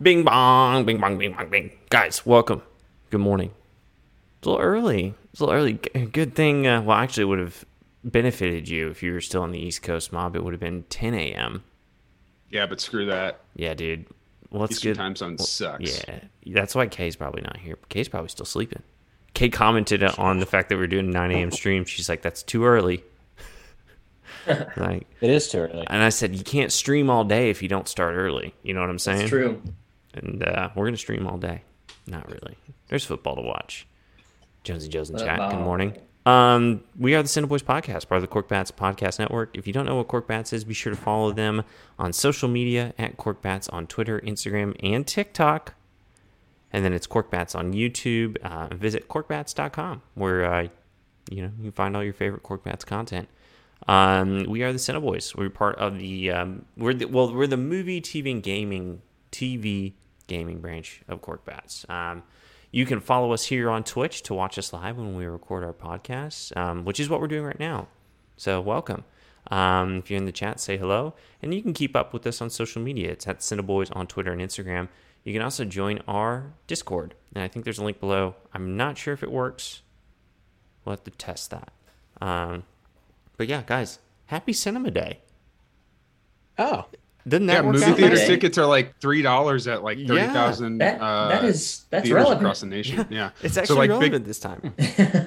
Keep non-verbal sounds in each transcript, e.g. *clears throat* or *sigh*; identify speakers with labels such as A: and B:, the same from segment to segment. A: Bing bong, bing bong, bing bong, bing. Guys, welcome. Good morning. It's a little early. It's a little early. G- Good thing. Uh, well, actually, it would have benefited you if you were still on the East Coast mob. It would have been 10 a.m.
B: Yeah, but screw that.
A: Yeah, dude. Well, let's
B: Eastern
A: get.
B: time zone sucks.
A: Yeah, that's why Kay's probably not here. Kay's probably still sleeping. Kay commented on the fact that we're doing 9 a.m. stream. She's like, "That's too
B: *laughs*
A: early." like,
C: It is too early.
A: and I said, "You can't stream all day if you don't start early." You know what I'm saying?
D: It's true.
A: and uh, we're gonna stream all day. Not really. There's football to watch. Jonesy Joe's in chat. Good
D: Football.
A: morning. Um, we are the Center Boys Podcast, part of the Cork Bats Podcast Network. If you don't know what Cork Bats is, be sure to follow them on social media at Cork Bats on Twitter, Instagram, and TikTok. And then it's Cork Bats on YouTube. Uh, visit corkbats.com where uh, you know you can find all your favorite Cork Bats content. Um, we are the Cineboys. We're part of the um, we're the, well we're the movie TV and gaming TV gaming branch of Cork Bats. Um, you can follow us here on Twitch to watch us live when we record our podcasts, um, which is what we're doing right now. So welcome. Um, if you're in the chat, say hello, and you can keep up with us on social media. It's at Cineboys on Twitter and Instagram. You can also join our Discord, and I think there's a link below. I'm not sure if it works. We'll have to test that. Um, but yeah, guys, happy Cinema Day.
C: Oh,
A: Didn't
B: Yeah,
A: that work
B: movie
A: out
B: theater
A: nice?
D: Monday.
B: tickets are like three dollars at like
A: Yeah.
B: thirty thousand.
D: That
B: uh,
D: that is that's
B: theaters
D: relevant.
B: across the
D: *laughs*
B: nation. Yeah,
A: It's
B: So,
A: actually
B: like,
A: relevant
B: big-
A: this
B: *laughs*
A: time.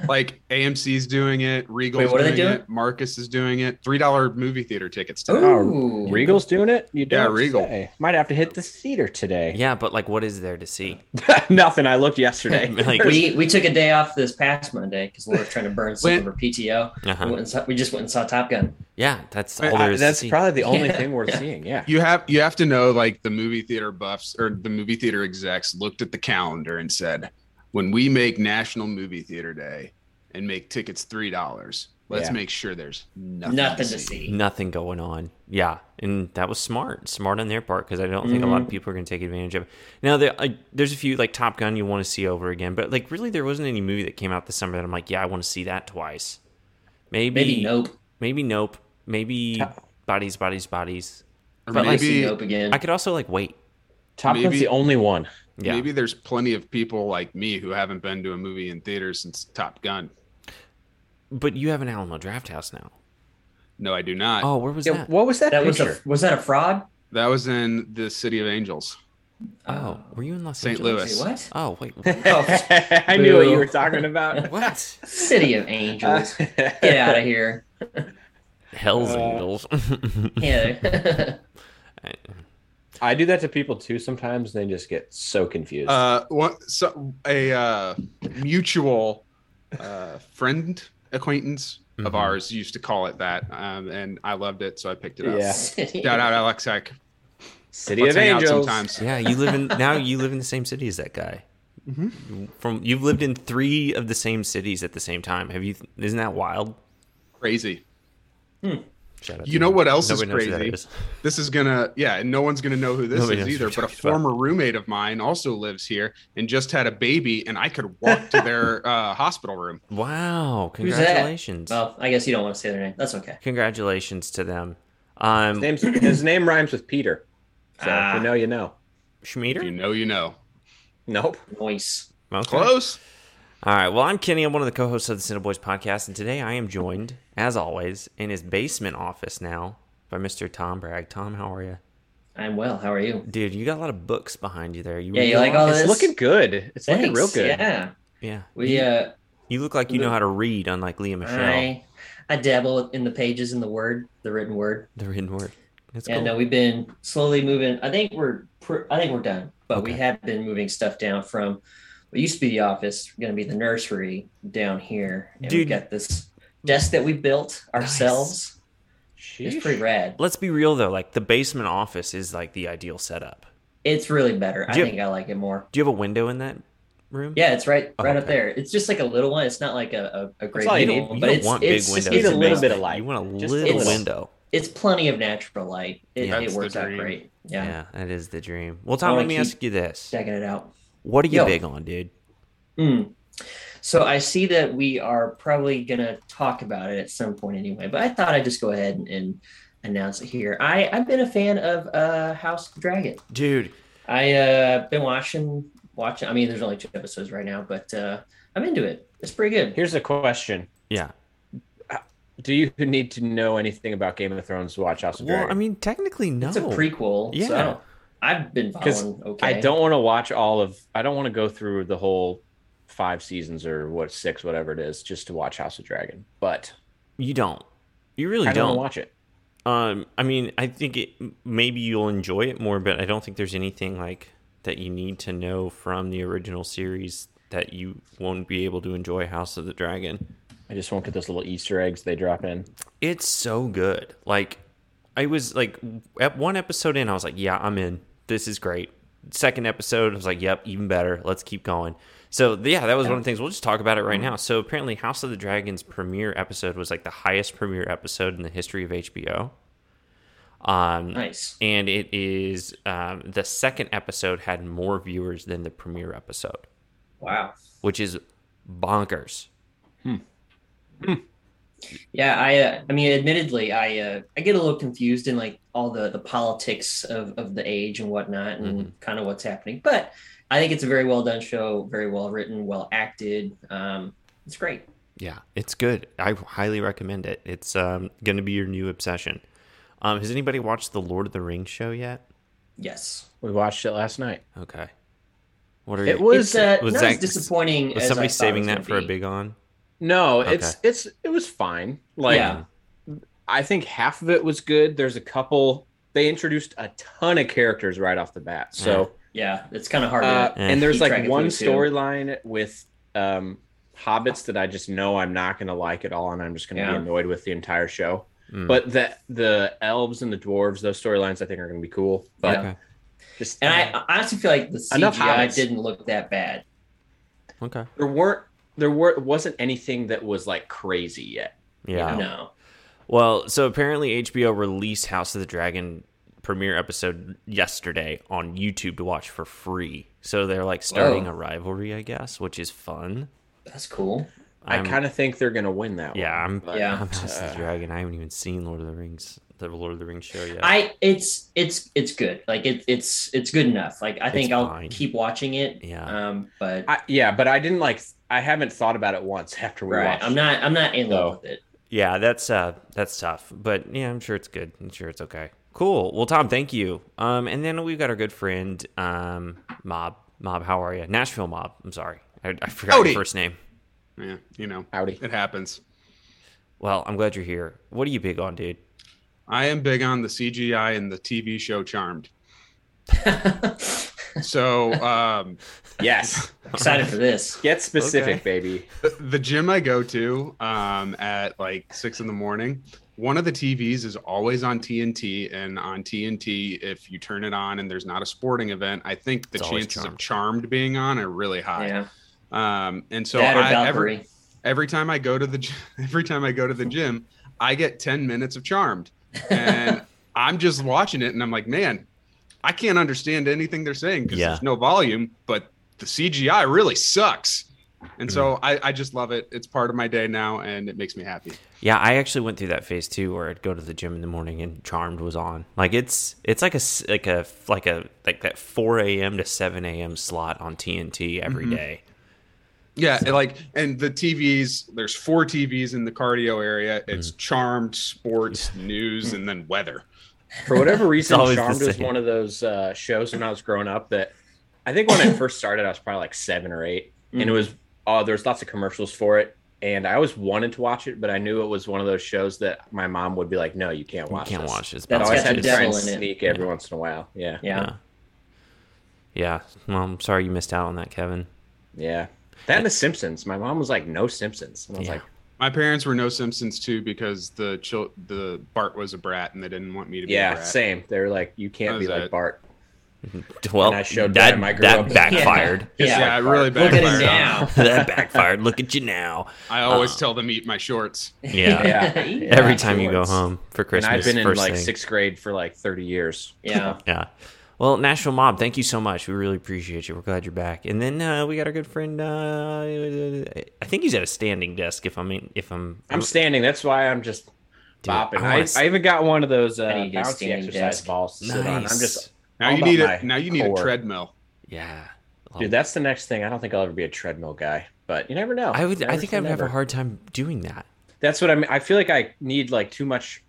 B: like AMC's doing it, Regal's
D: Wait, what are
B: doing,
D: they doing? Oh.
B: it, Marcus is doing it. Three dollar movie theater tickets. Today.
D: Ooh.
C: Regal's doing it. You
B: Yeah,
C: don't
B: Regal.
C: say. Might have to hit the theater today.
A: yeah, but like, what is there to
B: *laughs*
A: see?
C: *laughs*
A: *laughs*
C: Nothing. I looked yesterday.
A: Like,
D: we we took a day off this past Monday because Laura's trying to burn some
B: When-
D: of her PTO. We,
A: uh
D: went and saw, we just went and saw Top Gun.
A: yeah, that's
B: I-
A: all there
C: I-
A: is. to
C: that's
A: see.
C: probably the only
D: Yeah.
C: thing worth
D: Yeah.
C: seeing. Yeah.
B: You have you have to know like the movie theater buffs or the movie theater execs looked at the calendar and said, when we make National Movie Theater Day and make tickets three dollars, let's
C: Yeah.
B: make sure there's nothing,
D: Nothing, to see.
A: nothing going on. Yeah, and that was smart, smart on their part because I don't think a
B: Mm-hmm.
A: lot of people are going to take advantage of. it. Now there, I, there's a few like Top Gun you want to see over again, but like really, there wasn't any movie that came out this summer that I'm like, yeah, I want to see that twice. Maybe,
D: Maybe Nope.
A: Maybe nope. Maybe bodies, bodies, bodies.
B: Or
A: But, like,
D: See
B: maybe
D: Nope again.
A: I could also like wait.
C: Top Gun's
B: Maybe-
C: the only one.
A: Yeah.
B: Maybe there's plenty of people like me who haven't been to a movie in theaters since Top Gun.
A: But you have an Alamo Draft House now.
B: No, I do not.
A: Oh, where was
C: Yeah,
A: that?
C: What was that,
D: that was
C: picture?
D: a was that a fraud?
B: That was in the City of Angels.
A: Oh, were you in Los
B: St.
A: Angeles?
B: Louis.
D: Wait, what?
A: Oh wait,
D: *laughs* Oh,
C: *laughs* I knew what you
D: Boo.
C: were talking
D: *laughs*
C: about. *laughs*
A: what?
D: City of Angels. Get out of here.
A: Hell's
C: Uh,
A: Angels. *laughs*
D: Yeah. *laughs*
C: I do that to people too sometimes. They just get so confused.
B: Uh, what? So a uh, mutual uh, friend acquaintance
A: Mhm.
B: of ours used to call it that, um, and I loved it, so I picked it up.
C: Yeah.
D: City
B: Shout
D: of-
B: out Alexek.
C: City
B: Let's
C: of
B: hang out
C: Angels.
B: sometimes.
A: Yeah, you live in now. You live in the same city as that guy. From you've lived in three of the same cities at the same time. Have you? Isn't that wild?
B: Crazy.
A: Shout out
B: You
A: to
B: know
A: him.
B: what else is
A: Nobody knows who that
B: crazy? This is gonna, yeah, and no one's gonna know who this
A: Nobody
B: is
A: knows
B: either.
A: what
B: But
A: you're
B: a
A: talking about.
B: former roommate of mine also lives here and just had a baby, and I could walk to
A: *laughs*
B: their uh, hospital room.
A: Wow!
D: Who's that?
A: Congratulations!
D: Well, I guess you don't want to say their name. That's okay.
A: Congratulations to them. Um,
C: His, name's, his name rhymes with Peter. So if
D: Ah.
C: you know, you know.
B: If you
A: Schmieder.
B: know, you know.
C: Nope.
D: Noise.
A: Okay.
B: Close.
A: All right. Well, I'm Kenny. I'm one of the co-hosts of the Cine Boys podcast, and today I am joined, as always, in his basement office now by Mr. Tom Bragg. Tom, how are you,
D: I'm well. How are you?
A: dude? You got a lot of books behind you there. You
D: Yeah,
A: read
D: you
A: a
D: like
A: lot?
D: all
C: It's
D: this?
C: looking good. It's looking real good.
D: Yeah.
A: Yeah,
D: We
A: you,
D: uh
A: you look like you know how to read, unlike Leah Michelle.
D: I I dabble in the pages in the word, the written word.
A: The written word. That's
D: And
A: cool.
D: uh, we've been slowly moving. I think we're pr- I think we're done, but we
A: Okay.
D: have been moving stuff down from what used to be the office, going to be the nursery down here. And
A: Dude.
D: we've got this desk that we built ourselves. It's pretty rad.
A: Let's be real though, like the basement office is like the ideal setup.
D: It's really better. I
A: Do you-
D: think I like it more.
A: Do you have a window in that room?
D: Yeah, it's right
A: Oh,
D: right up
A: okay.
D: there. It's just like a little one. It's not like a, a, a great
C: all you
D: big
C: need.
D: one,
A: You
D: but
A: don't
D: it's
A: want
D: it's
A: big
D: just
A: windows.
C: need a
A: in the
C: little
D: basement.
C: bit of
A: basement.
C: light.
A: You want a
C: Just a
A: little
D: little.
A: window.
D: It's plenty of natural light. It,
A: Yeah.
D: it
B: That's the
D: works out
B: dream.
D: great.
A: Yeah.
D: Yeah,
A: that is the dream. Well, Tom,
D: wanna
A: let me
D: keep-
A: ask you this:
D: checking it out.
A: What are you
D: Yo.
A: big on, dude?
D: Mm. So I see that we are probably going to talk about it at some point anyway, but I thought I'd just go ahead and, and announce it here. I, I've been a fan of uh, House of the Dragon.
A: Dude,
D: I uh been watching watching I mean there's only two episodes right now, but uh I'm into it. It's pretty good.
C: Here's a question:
A: Yeah.
C: Do you need to know anything about Game of Thrones to watch House of
A: Well,
C: Dragon?
A: I mean, technically, no.
D: It's a prequel.
A: Yeah.
D: So I don't, I've been
C: 'Cause
D: following okay.
C: I don't want to watch all of. I don't want to go through the whole five seasons or what six, whatever it is, just to watch House of Dragon. But
A: you don't. You really
C: I
A: don't.
C: don't want to watch it.
A: Um, I mean, I think it maybe you'll enjoy it more, but I don't think there's anything like that you need to know from the original series that you won't be able to enjoy House of the Dragon.
C: I just won't get those little Easter eggs they drop in.
A: It's so good. Like, I was like, at one episode in, I was like, yeah, I'm in. This is great. Second episode, I was like, yep, even better. Let's keep going. So, yeah, that was one of the things. We'll just talk about it right now. So, apparently, House of the Dragon's premiere episode was like the highest premiere episode in the history of HBO. Um,
D: nice.
A: and it is um, the second episode had more viewers than the premiere episode,
D: Wow.
A: which is bonkers.
D: Yeah, I uh, I mean admittedly I uh, I get a little confused in like all the the politics of of the age and whatnot and
A: Mm-hmm.
D: kind of what's happening. But I think it's a very well done show, very well written, well acted. Um it's great.
A: Yeah, it's good. I highly recommend it. It's um, going to be your new obsession. Um, has anybody watched the Lord of the Rings show yet?
D: Yes.
C: We watched it last night.
A: Okay. What are
C: It
A: you?
C: was
D: It's uh,
A: was
D: not
A: that-
D: as disappointing
A: Was
D: as I
A: somebody
D: thought it
A: saving
D: was
A: that
D: gonna
A: for a
D: be.
A: big on?
C: no. It's it's it was fine. Like
D: Yeah.
C: I think half of it was good. There's a couple. They introduced a ton of characters right off the bat. So.
D: Yeah, it's kind of hard.
C: Uh,
D: to,
A: Yeah.
C: and there's
D: Keep
C: like
D: tracking
C: one
D: through, too.
C: storyline with um, hobbits that I just know I'm not going to like at all, and I'm just going to
D: Yeah.
C: be annoyed with the entire show.
A: Mm,
C: But the the elves and the dwarves, those storylines, I think are going to be cool. But
A: okay,
C: just
D: and I I honestly feel like the
C: Enough
D: CGI
C: hobbits.
D: didn't look that bad.
A: okay,
C: there weren't there were wasn't anything that was like crazy yet.
A: yeah.
D: No,
A: Well, so apparently HBO released House of the Dragon premiere episode yesterday on YouTube to watch for free. So they're like starting
D: Whoa.
A: a rivalry, I guess, which is fun.
D: that's cool.
C: i
A: I'm-
C: kind of think they're going to win that.
A: yeah, I'm,
C: one.
D: Yeah.
A: I'm House of
C: Uh,
A: the Dragon. I haven't even seen Lord of the Rings, the Lord of the Rings show yet.
D: I it's it's it's good. Like it, it's it's good enough. Like I think I'll
A: fine.
D: keep watching it.
A: yeah,
D: Um, but
C: I, yeah, but I didn't like. I haven't thought about it once after we
D: right,
C: watched.
D: I'm
C: it.
D: not I'm not in love
C: So-
D: with it.
A: yeah, that's uh, that's tough, but yeah, I'm sure it's good. I'm sure it's okay. Cool. Well, Tom, thank you. Um, and then we've got our good friend, um, Mob. Mob, how are you? Nashville Mob. I'm sorry, I, I forgot
B: Howdy.
A: your first name.
B: Yeah, you know,
C: Howdy.
B: it happens.
A: Well, I'm glad you're here. What are you big on, dude?
B: I am big on the CGI and the TV show Charmed. So um,
C: Yes,
D: *laughs* Excited
C: *laughs*
D: for this.
C: get specific,
A: Okay.
C: baby.
B: the, the gym I go to um, at like six in the morning, one of the TVs is always on TNT, and on TNT, if you turn it on and there's not a sporting event, I think the
A: It's always
B: chances of Charmed being on are really high.
D: Yeah,
B: Um, and so
D: that or
B: I, every
D: Valkyrie.
B: every time I go to the gy- *laughs* every time I go to the gym, I get 10 minutes of charmed. *laughs* And I'm just watching it and I'm like, man, I can't understand anything they're saying because
A: Yeah.
B: there's no volume, but the CGI really sucks. And so I, I just love it. It's part of my day now and it makes me happy.
A: Yeah, I actually went through that phase too, where I'd go to the gym in the morning and Charmed was on. Like it's it's like a s- like a like a like that four a.m. to seven a.m. slot on TNT every
B: Mhm.
A: day.
B: Yeah, and like and the TVs, there's four TVs in the cardio area. It's charmed, sports, *laughs* news, and then weather.
A: *laughs*
C: For whatever reason,
A: always the
C: Charmed was
A: same.
C: one of those uh, shows when I was growing up that I
A: *laughs*
C: think when I first started, I was probably like seven or 8
A: Mm.
C: and it was oh, there was lots of commercials for it, and I always wanted to watch it, but I knew it was one of those shows that my mom would be like, "No, you can't
A: You
C: watch.
A: can't
C: this."
A: watch this.
C: I
D: That's
C: always
D: got
C: had
D: the
C: to try and
D: devil in it.
C: sneak every once in a while. Yeah,
D: yeah.
A: yeah. Yeah. Well, I'm sorry you missed out on that,
C: *laughs*
A: Kevin.
C: yeah. That and The Simpsons. My mom was like, "No Simpsons," and I was
A: Yeah.
C: like,
B: My parents were no Simpsons too because the chil- the Bart was a brat and they didn't want me to be a
C: "Yeah,
B: brat.
C: same." They were like, "You
B: That
C: can't be
B: was
C: like
A: *laughs*
B: it.
C: Bart."
A: Well,
C: And I showed
A: that
C: them I grew
A: that
C: up as- *laughs*
A: backfired.
B: Yeah,
D: Yeah.
B: it really
D: Look at him
B: backfired. on
D: now.
A: *laughs* that backfired. Look at you now.
B: I always
A: Uh,
B: tell them eat my shorts.
A: Yeah.
C: *laughs* Yeah.
A: Every time you go
C: afterwards.
A: home for Christmas,
C: and I've been in
A: first
C: like
A: thing.
C: sixth grade for like thirty years.
D: Yeah.
A: Yeah. Well, National Mob, thank you so much. We really appreciate you. We're glad you're back. And then uh, we got our good friend. Uh, I think he's at a standing desk. If I'm in, if I'm,
C: I'm standing. That's why I'm just
A: Dude,
C: bopping.
A: I
C: I,
A: wanna
C: I,
A: s-
C: even got one of those uh,
D: I need a
C: bouncy
D: standing
C: exercise
D: desk.
C: balls to sit on. I'm just
B: Now
C: All
B: you
C: about
B: need
C: my
B: a now you need
C: core.
B: a treadmill.
A: Yeah.
C: Dude, that's the next thing. I don't think I'll ever be a treadmill guy, but you never know.
A: I would. I
C: Never
A: think
C: say
A: I would have
C: never.
A: a hard time doing that.
C: That's what I mean. I feel like I need like too much.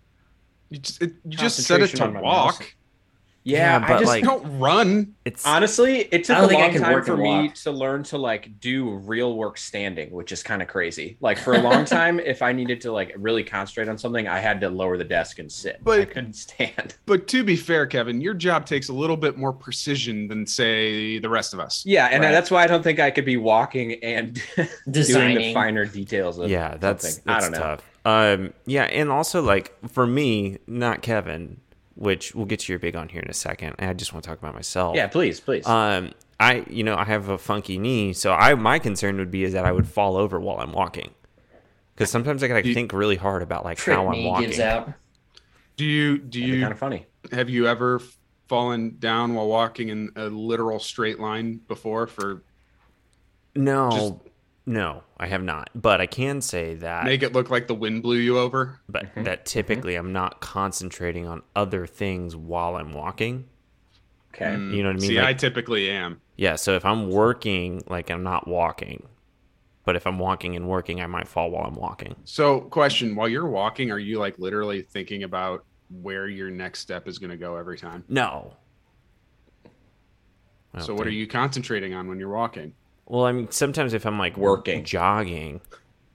B: You just, it, you just set it
C: Concentration
B: to
C: on my
B: walk.
C: muscle. Yeah,
A: Yeah,
C: I
A: but,
C: just
A: like-
B: Don't run.
A: It's
C: *laughs* honestly, it took
D: I
C: a
D: don't think I
C: long
D: could
C: time
D: work
C: for
D: and
C: me
D: walk.
C: to learn to like do real work standing, which is kind of crazy. Like for a *laughs* long time, if I needed to like really concentrate on something, I had to lower the desk and sit. I
B: But-
C: couldn't stand.
B: But to be fair, Kevin, your job takes a little bit more precision than say the rest of us.
C: *laughs* Yeah, and
D: Right.
C: that's why I don't think I could be walking and *laughs* doing the
D: *laughs* Designing.
C: finer details of
A: yeah, that's,
C: something.
A: that's
C: I don't know.
A: tough. Um, yeah, and also like for me, not Kevin, which we'll get to your big on here in a second. I just want to talk about myself.
C: Yeah, please, please.
A: Um, I you know I have a funky knee, so I my concern would be is that I would fall over while I'm walking, because sometimes I gotta
B: You-
A: think really hard about like
D: Trick
A: how I'm
D: me
A: walking.
D: gives out.
B: Do you do
C: It'd be
B: you
C: kind of funny.
B: have you ever fallen down while walking in a literal straight line before for
A: No,
B: Just-
A: no, I have not. But I can say that
B: make it look like the wind blew you over?
A: but that typically I'm not concentrating on other things while I'm walking.
C: Okay.
B: Mm,
A: You know what I mean?
B: See,
A: Like-
B: I typically am.
A: Yeah, so if I'm working, like I'm not walking. But if I'm walking and working, I might fall while I'm walking.
B: So, question: While you're walking, are you like literally thinking about where your next step is going to go every time?
A: No. I don't
B: So, what are
A: think-
B: you concentrating on when you're walking?
A: Well, I mean, sometimes if I'm like
C: Working.
A: jogging,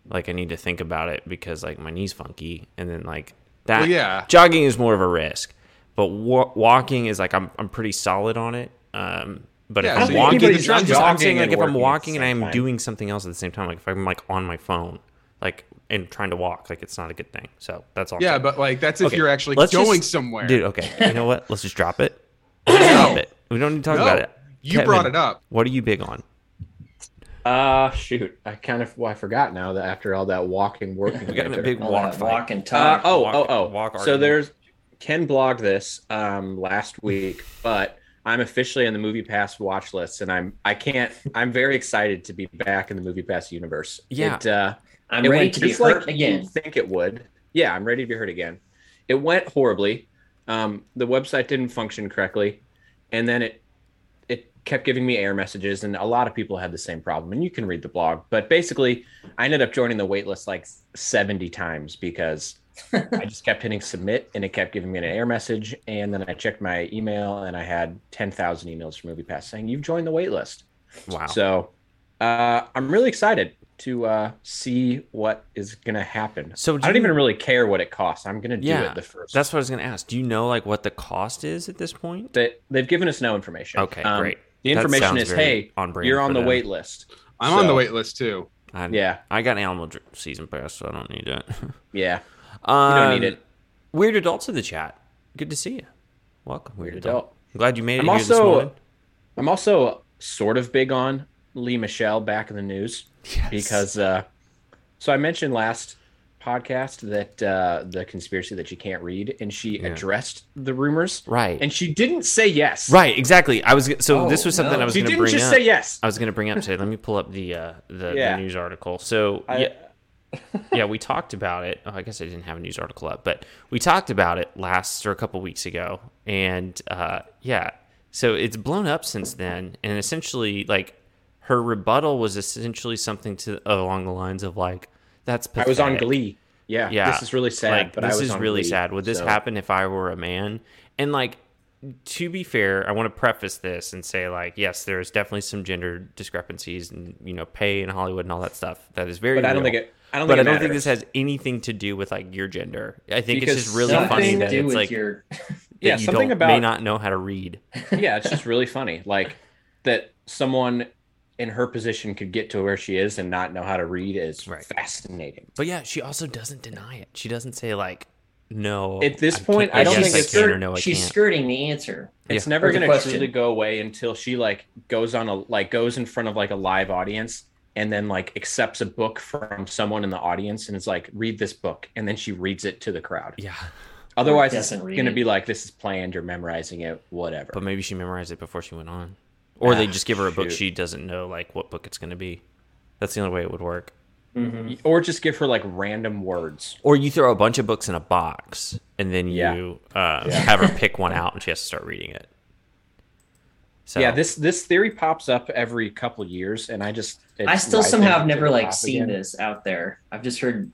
A: like I need to think about it because like my knee's funky, and then like that.
B: Well, yeah.
A: jogging is more of a risk, but wa- walking is like I'm I'm pretty solid on it. Um, but
B: Yeah,
A: if I'm
B: so you can
A: walking,
B: do the
A: I'm, just- I'm saying
C: jogging
A: like
C: and
A: if I'm
C: working at the
A: walking and
C: same
A: I'm
C: time.
A: doing something else at the same time, like if I'm like on my phone, like and trying to walk, like it's not a good thing. So that's all. I'm
B: Yeah,
A: saying.
B: but like that's if
A: Okay,
B: you're actually
A: let's
B: going
A: just-
B: somewhere.
A: dude, okay, you know what? Let's just drop
B: *coughs*
A: it. Let's drop it. We don't need to talk
B: No,
A: about it.
B: you brought
A: Kevin,
B: it up.
A: What are you big on?
C: Uh, shoot. I kind of well, I forgot now that after all that walking, working.
A: We got in a
C: together.
A: big
D: All
A: walk
D: that
A: fight.
D: walk and
C: Uh,
D: talk.
C: oh,
A: Walk-
C: oh, oh.
A: walk
C: so
A: argument.
C: there's Ken blogged this um last week, but I'm officially on the Movie Pass watch list, and I'm I can't. I'm very excited to be back in the Movie Pass universe.
A: Yeah.
C: It, uh,
D: I'm
C: it
D: ready
C: went
D: to be
C: just
D: hurt
C: like
D: again.
C: you think it would. Yeah, I'm ready to be hurt again. It went horribly. Um, the website didn't function correctly, and then it it kept giving me error messages, and a lot of people had the same problem. And you can read the blog, but basically, I ended up joining the waitlist like 70 times
D: *laughs*
C: because I just kept hitting submit, and it kept giving me an error message. And then I checked my email, and I had 10,000 emails from MoviePass saying you've joined the waitlist.
A: Wow.
C: So uh, I'm really excited to uh, see what is going to happen.
A: So
C: I
A: do
C: don't
A: you-
C: even really care what it costs. I'm going to do
A: Yeah,
C: it the first.
A: That's what I was gonna ask. Do you know like what the cost is at this point?
C: they, they've given us no information.
A: Okay,
C: Um,
A: great.
C: The
A: That
C: information
A: sounds
C: is,
A: very
C: hey,
A: on brand
C: you're on
A: for
C: the
A: them.
C: wait list.
B: I'm on the
C: So-
B: wait list too.
A: I,
C: Yeah,
A: I got an Animal Dr- season pass, so I don't need it. *laughs*
C: yeah.
A: Um,
C: You don't need it.
A: Weird adults in the chat. Good to see you. Welcome, weird,
C: Weird
A: adult.
C: adult.
A: I'm glad you made it
C: I'm
A: here this
C: also-
A: morning.
C: I'm also sort of big on Lee Michelle back in the news
A: Yes.
C: because. Uh, so I mentioned last podcast that uh, the conspiracy that you can't read, and she
A: Yeah.
C: addressed the rumors,
A: right,
C: and she didn't say yes.
A: right, exactly. I was g- so this
D: Oh,
A: was something
D: no.
A: I was
C: She
A: going to
C: didn't
A: bring
C: just
A: up.
C: say yes.
A: I was going to bring up today. Let me pull up the uh, the,
C: Yeah.
A: the news article. So
C: I- *laughs*
A: yeah, yeah, we talked about it. Oh, I guess I didn't have a news article up, but we talked about it last or a couple weeks ago, and uh, yeah, so it's blown up since then, and essentially, like her rebuttal was essentially something to along the lines of like, "That's
C: I
A: pathetic.
C: was on Glee. Yeah,
A: Yeah,
C: This is really sad.
A: Like,
C: but
A: this
C: I was
A: is
C: on
A: really
C: Glee,
A: sad. Would this
C: so-
A: happen if I were a man? And like, to be fair, I want to preface this and say like, yes, there is definitely some gender discrepancies and you know pay in Hollywood and all that stuff. That is very.
C: But I don't
A: real.
C: think it. I don't
A: But
C: think.
A: I
C: it
A: don't think
C: matters.
A: this has anything to do with like your gender. I think it's
C: Because
A: just really
D: Something
A: funny
D: to
A: that
D: do
A: it's
D: with
A: like
D: your
A: that
C: Yeah,
A: you
C: something
A: don't may
C: about-
A: not know how to read.
C: *laughs* yeah, it's just really funny. Like that someone in her position could get to where she is and not know how to read is
A: Right.
C: fascinating.
A: But yeah, she also doesn't deny it. She doesn't say like no.
C: At this
A: I can't-
C: point, I don't
A: guess
C: think it's-
A: can or no. I
D: she's
A: can't.
D: skirting the answer.
C: It's
A: Yeah.
C: never
D: Or the
C: going to
D: question.
C: truly go away until she like goes on a like goes in front of like a live audience and then like accepts a book from someone in the audience and is like read this book and then she reads it to the crowd.
A: Yeah,
C: Otherwise, it's
D: doesn't read
C: going to
D: it.
C: be like this is planned. You're memorizing it, whatever.
A: but maybe she memorized it before she went on, or they
C: Ah,
A: just give her a book
C: shoot.
A: she doesn't know like what book it's going to be. That's the only way it would work.
D: Mhm.
C: or just give her like random words.
A: Or you throw a bunch of books in a box and then um,
C: Yeah.
A: you uh, have her pick one out and she has to start reading it. So
C: yeah, this this theory pops up every couple years, and I just it
D: I still
C: rises
D: somehow have
C: to
D: never
C: the
D: like
C: top
D: seen
C: again.
D: this out there. I've just heard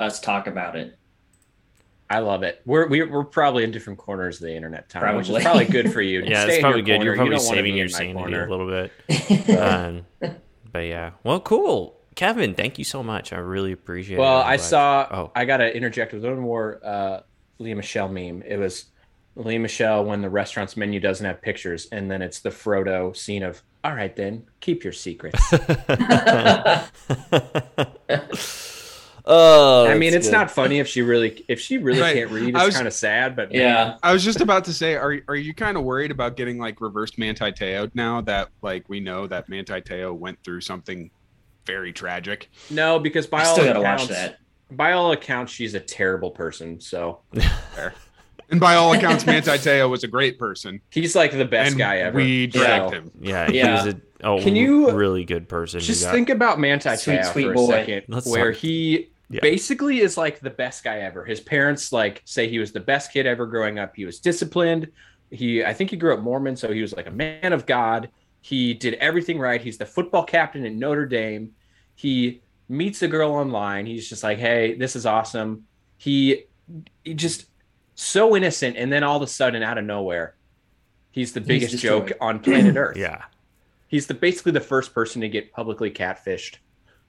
D: us talk about it. *laughs*
C: I love it. We're we're, we're probably in different corners of the internet, Tom, which is
D: Probably.
C: probably good
A: *laughs*
C: for you.
A: yeah,
C: Stay
A: it's
C: in
A: probably
C: your
A: good. You're
C: corner.
A: probably
C: You don't wanna
A: saving
C: be
A: your
C: in my
A: sanity
C: corner.
A: a little bit.
C: *laughs*
D: yeah,
A: Um, but yeah, well, cool, Kevin. Thank you so much. I really appreciate it.
C: Well,
A: I'm
C: I
A: glad-
C: saw. *laughs*
A: Oh. *laughs*
C: I got to interject with one more uh, Leah Michelle meme. It was Leah Michelle when the restaurant's menu doesn't have pictures, and then it's the Frodo scene of "All right, then keep your secrets."
A: oh,
C: I mean,
A: that's
C: it's
A: good.
C: not funny if she really if she really
B: Right.
C: can't read.
B: I
C: It's
B: was-
C: kind of sad, but
B: *laughs* I
A: *laughs*
B: was just about to say, are are you kind of worried about getting like reversed Manti Te'o now that like we know that Manti Te'o went through something very tragic?
C: no, because by
D: I
C: all
D: still gotta
C: accounts,
D: watch that.
C: by all accounts, she's a terrible person. So
B: And by all
A: *laughs*
B: accounts, Manti Te'o was a great person,
C: he's like the best
B: and
C: guy ever.
B: we dragged
C: So,
B: him.
A: Yeah, he
D: Yeah.
A: was a oh,
C: Can you-
A: really good person. who
C: Just
A: got-
C: think about Manti
D: Sweet,
C: Te'o
D: sweet
C: for a
D: boy.
C: second,
A: Let's
C: where
A: talk-
C: he
A: Yeah.
C: basically is like the best guy ever. His parents like say he was the best kid ever growing up. He was disciplined. He, I think he grew up Mormon, so he was like a man of God. He did everything right. He's the football captain at Notre Dame. He meets a girl online. He's just like, "Hey, this is awesome." He, he just so innocent, and then all of a sudden, out of nowhere, he's the biggest
D: destroyed.
C: joke
A: *clears throat*
C: on planet Earth.
A: yeah,
C: he's the basically the first person to get publicly catfished.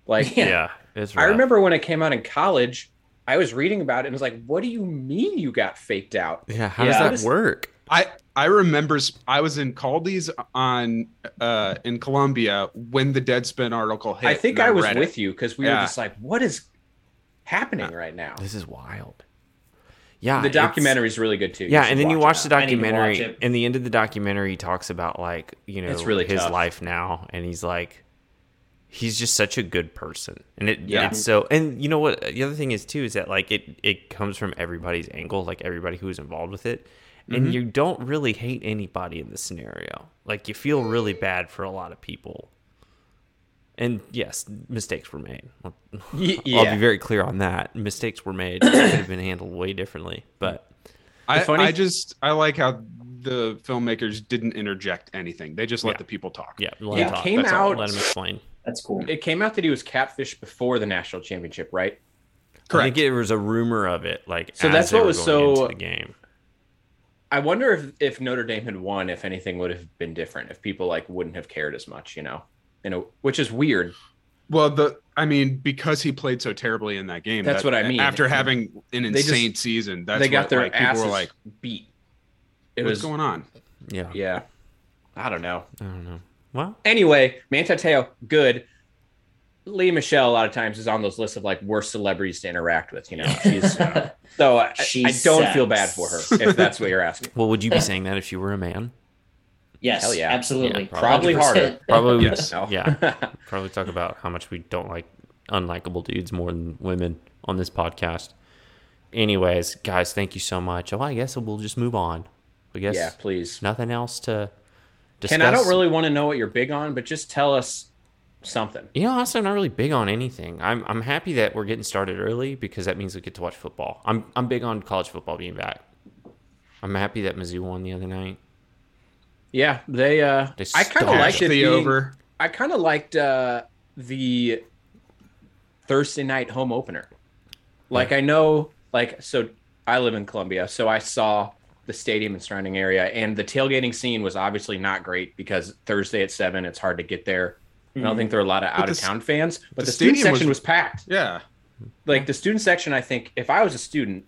C: Like
A: yeah,
D: Yeah.
A: It's
C: I
A: rough.
C: remember when it came out in college, I was reading about it and was like, "What do you mean you got faked out?"
A: Yeah, how
D: Yeah.
A: does that work?
B: I I remember s- I was in Caldy's on uh in Colombia when the Deadspin article hit.
C: I think
B: and
C: I was
B: read it.
C: with you because we were
B: Yeah.
C: just like, "What is happening right now?"
A: This is wild. Yeah,
C: The
A: it's-
C: documentary is really good too.
A: Yeah, and then you watch the
D: I need to watch
A: documentary,
D: it.
A: and the end of the documentary he talks about like you know
C: It's really
A: his
C: tough.
A: life now, and he's like, he's just such a good person, and it
C: Yeah.
A: it's so. And you know what? The other thing is too is that like it it comes from everybody's angle, like everybody who was involved with it, and you don't really hate anybody in this scenario. Like you feel really bad for a lot of people. And yes, mistakes were made.
C: the documentary.
A: I'll
C: Yeah,
A: be very clear on that. Mistakes were made. It could have been handled way differently, but
B: I,
C: funny-
B: I just I like how the filmmakers didn't interject anything. They just let
A: Yeah.
B: the people talk.
A: yeah,
C: It
A: let him talk.
C: came
A: That's all.
C: out-
A: Let him explain.
D: That's cool.
C: it came out that he was catfished before the national championship, right?
A: I think
B: Correct.
A: it was a rumor of it. Like
C: So
A: as
C: that's
A: they
C: what
A: were
C: was
A: going
C: so-
A: into the game.
C: I wonder if if Notre Dame had won, if anything would have been different, if people like wouldn't have cared as much, you know, you know, which is weird
B: Well, the I mean because he played so terribly in that game.
C: That's
B: that-
C: what I mean.
B: After having an
C: They just-
B: insane season, that's
C: they got
B: what,
C: their
B: like, people
C: asses
B: were like,
C: beat. It
B: "What's
C: was
B: going on?"
A: Yeah.
C: yeah. I don't know.
A: I don't know. Well,
C: Anyway, Manti Te'o, good. Leah Michelle a lot of times is on those lists of like worst celebrities to interact with. You know, she's so I,
D: She
C: I don't feel
D: sucks.
C: bad for her if that's what you're asking.
A: well, would you be saying that if you were a man?
D: *laughs* yes,
C: Hell yeah.
D: absolutely.
A: Yeah, probably.
C: Probably harder.
A: Probably. would-
B: Yes.
C: No. *laughs*
A: Yeah. Probably talk about how much we don't like unlikable dudes more than women on this podcast. Anyways, guys, thank you so much. Oh, I guess we'll just move on. I guess
C: yeah, please.
A: nothing else to discuss.
C: And I don't really want to know what you're big on, but just tell us something.
A: You know, honestly, I'm not really big on anything. I'm I'm happy that we're getting started early because that means we get to watch football. I'm I'm big on college football being back. I'm happy that Mizzou won the other night.
C: Yeah, they. uh
A: They
C: I kind of
A: stomped
C: liked it.
B: the
C: being-
B: over.
C: I kind of liked uh, the Thursday night home opener. Like I know, like so, I live in Columbia, so I saw the stadium and surrounding area, and the tailgating scene was obviously not great because Thursday at seven, it's hard to get there. I don't think there are a lot of
B: Mm-hmm. But
C: out
B: the
C: of
B: s-
C: town fans, but
B: the
C: the, student
B: stadium was-
C: section was packed.
B: Yeah.
C: Like the student section, I think if I was a student,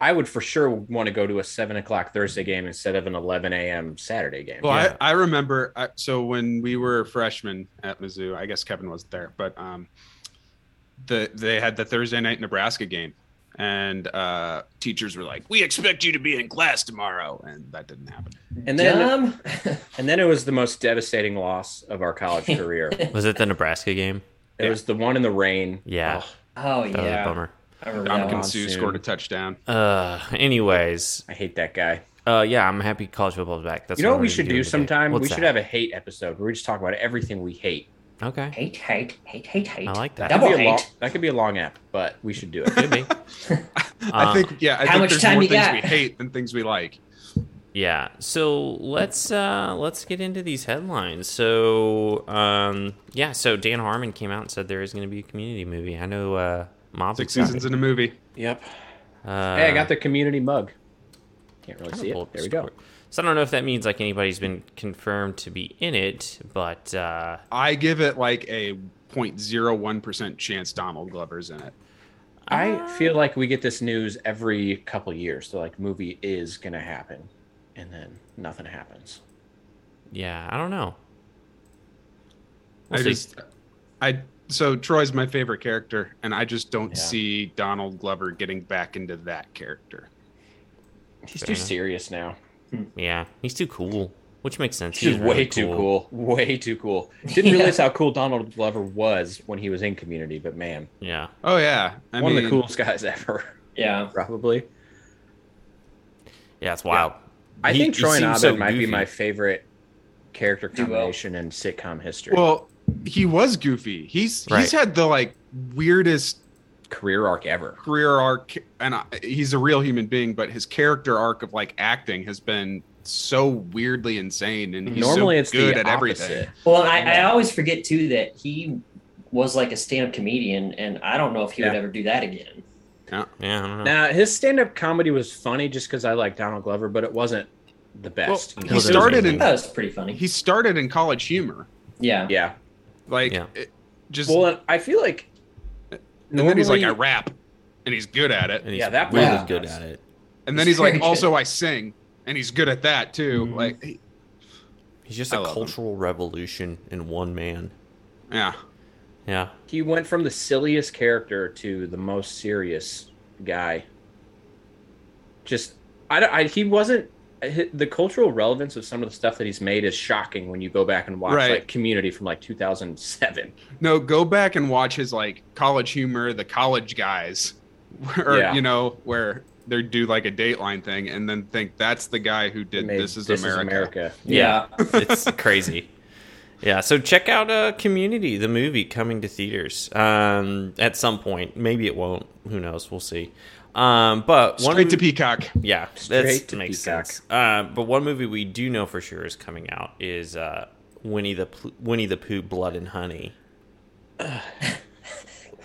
C: I would for sure want to go to a seven o'clock Thursday game instead of an eleven a.m. Saturday game.
B: Well,
A: Yeah.
B: I, I remember. I, so when we were freshmen at Mizzou, I guess Kevin wasn't there, but um, the they had the Thursday night Nebraska game, and uh, teachers were like, "We expect you to be in class tomorrow," and that didn't happen.
C: and then
D: Mm-hmm. Dumb.
C: and then it was the most devastating loss of
B: *laughs*
C: our college career.
A: Was it the Nebraska game?
C: It was the one in the rain.
A: Yeah.
C: Ugh,
D: Oh
A: That was a
D: yeah,
A: bummer.
D: I remember that
B: Dominican
D: one.
B: Sue
C: soon.
B: scored a touchdown.
A: Uh, anyways,
C: I hate that guy.
A: uh, yeah, I'm happy college football's back. That's
C: you know
A: I'm
C: what we
A: gonna
C: should do
A: today.
C: sometime?
A: What's
C: we should
A: that?
C: have a hate episode where we just talk about everything we hate.
A: okay.
D: Hate, hate, hate, hate, hate.
A: I like that.
C: That
D: Double
C: could, be a long,
D: hate.
C: that could be a long app, but we should do
A: *laughs*
C: it.
A: *laughs* Could be.
B: I
A: Uh,
B: think, yeah, I
D: How
B: think
D: much
B: there's
D: time
B: more
D: you
B: things
D: got?
B: we hate than things we like.
A: Yeah. So let's uh, let's get into these headlines. So um, yeah. So Dan Harmon came out and said there is going to be a community movie. I know uh, Mob
B: Six
A: was
B: seasons in a movie.
C: Yep.
A: Uh,
C: Hey, I got the community mug. Can't really
A: kinda
C: see
A: pulled up
C: it. There we
A: the
C: go.
A: story. So I don't know if that means like anybody's been confirmed to be in it, but uh,
B: I give it like a 0.01% chance Donald Glover's in it.
C: I
A: Ah.
C: feel like we get this news every couple years. So like movie is gonna happen, and then nothing happens.
A: yeah, I don't know.
B: I
A: We'll see.
B: just, I so Troy's my favorite character, and I just don't
C: Yeah.
B: see Donald Glover getting back into that character.
C: He's
A: Fair
C: too
A: enough.
C: serious now.
A: yeah, he's too cool, which makes sense.
C: He's
A: He's
C: way
A: really
C: too cool. Way
A: *laughs*
C: too cool. Didn't
D: Yeah.
C: realize how cool Donald Glover was when he was in Community, but man,
A: Yeah.
B: Oh yeah, I
C: one
B: mean,
C: of the coolest guys *laughs* ever,
D: Yeah.
C: probably.
A: Yeah, it's wild.
C: I
A: He-
C: think
A: he
C: Troy and
A: seems
C: Abed
A: so
C: might be
A: goofy.
C: my favorite character
D: Duo.
C: combination in sitcom history.
B: Well, he was goofy. He's
A: Right.
B: he's had the like weirdest
C: career arc ever.
B: career arc, and I, he's a real human being, but his character arc of like acting has been so weirdly insane, and he's
C: Normally,
B: so
C: it's
B: good
C: the
B: at everything.
C: opposite.
D: Well, I, I
C: Yeah.
D: always forget too that he was like a stand-up comedian, and I don't know if he would
C: Yeah.
D: ever do that again.
A: Yeah, I don't know.
C: Now his stand-up comedy was funny just because I like Donald Glover, but it wasn't the best.
B: Well,
A: No,
B: he
A: there's
B: started in
D: That was pretty funny.
B: he started in college humor,
D: Yeah.
C: *laughs* yeah.
B: like
A: Yeah.
B: it- just
C: Well, and I feel like
B: and then he's like I
C: normally-
B: rap, and he's good at it,
A: And he's
C: yeah, that
A: really
D: was-
A: good at it.
B: and then
D: He's
B: he's like
D: very
B: also I sing, and he's good at that too.
D: Mhm.
B: Like he-
A: He's just
B: I
A: a
B: love him.
A: cultural revolution in one man.
B: yeah,
A: Yeah.
C: he went from the silliest character to the most serious guy. Just, I, don't- I he wasn't hi- the cultural relevance of some of the stuff that he's made is shocking when you go back and watch
B: Right.
C: like Community from like 2007.
B: no, go back and watch his like college humor, the college guys, *laughs* where
C: Yeah.
B: you know where. They do like a Dateline thing, and then think that's the guy who d
C: He
B: did
C: made
B: this, is, America.
A: Yeah. *laughs* it's crazy. Yeah, so check out uh, Community, the movie coming to theaters um, at some point. Maybe it won't. Who knows? We'll see. Um, but one
B: Straight to
A: movie-
B: Peacock.
A: yeah,
C: Straight
A: that
C: to
A: makes
C: Peacock.
A: sense. Uh, but one movie we do know for sure is coming out is uh, Winnie the Pl- Winnie the Pooh, Blood and Honey,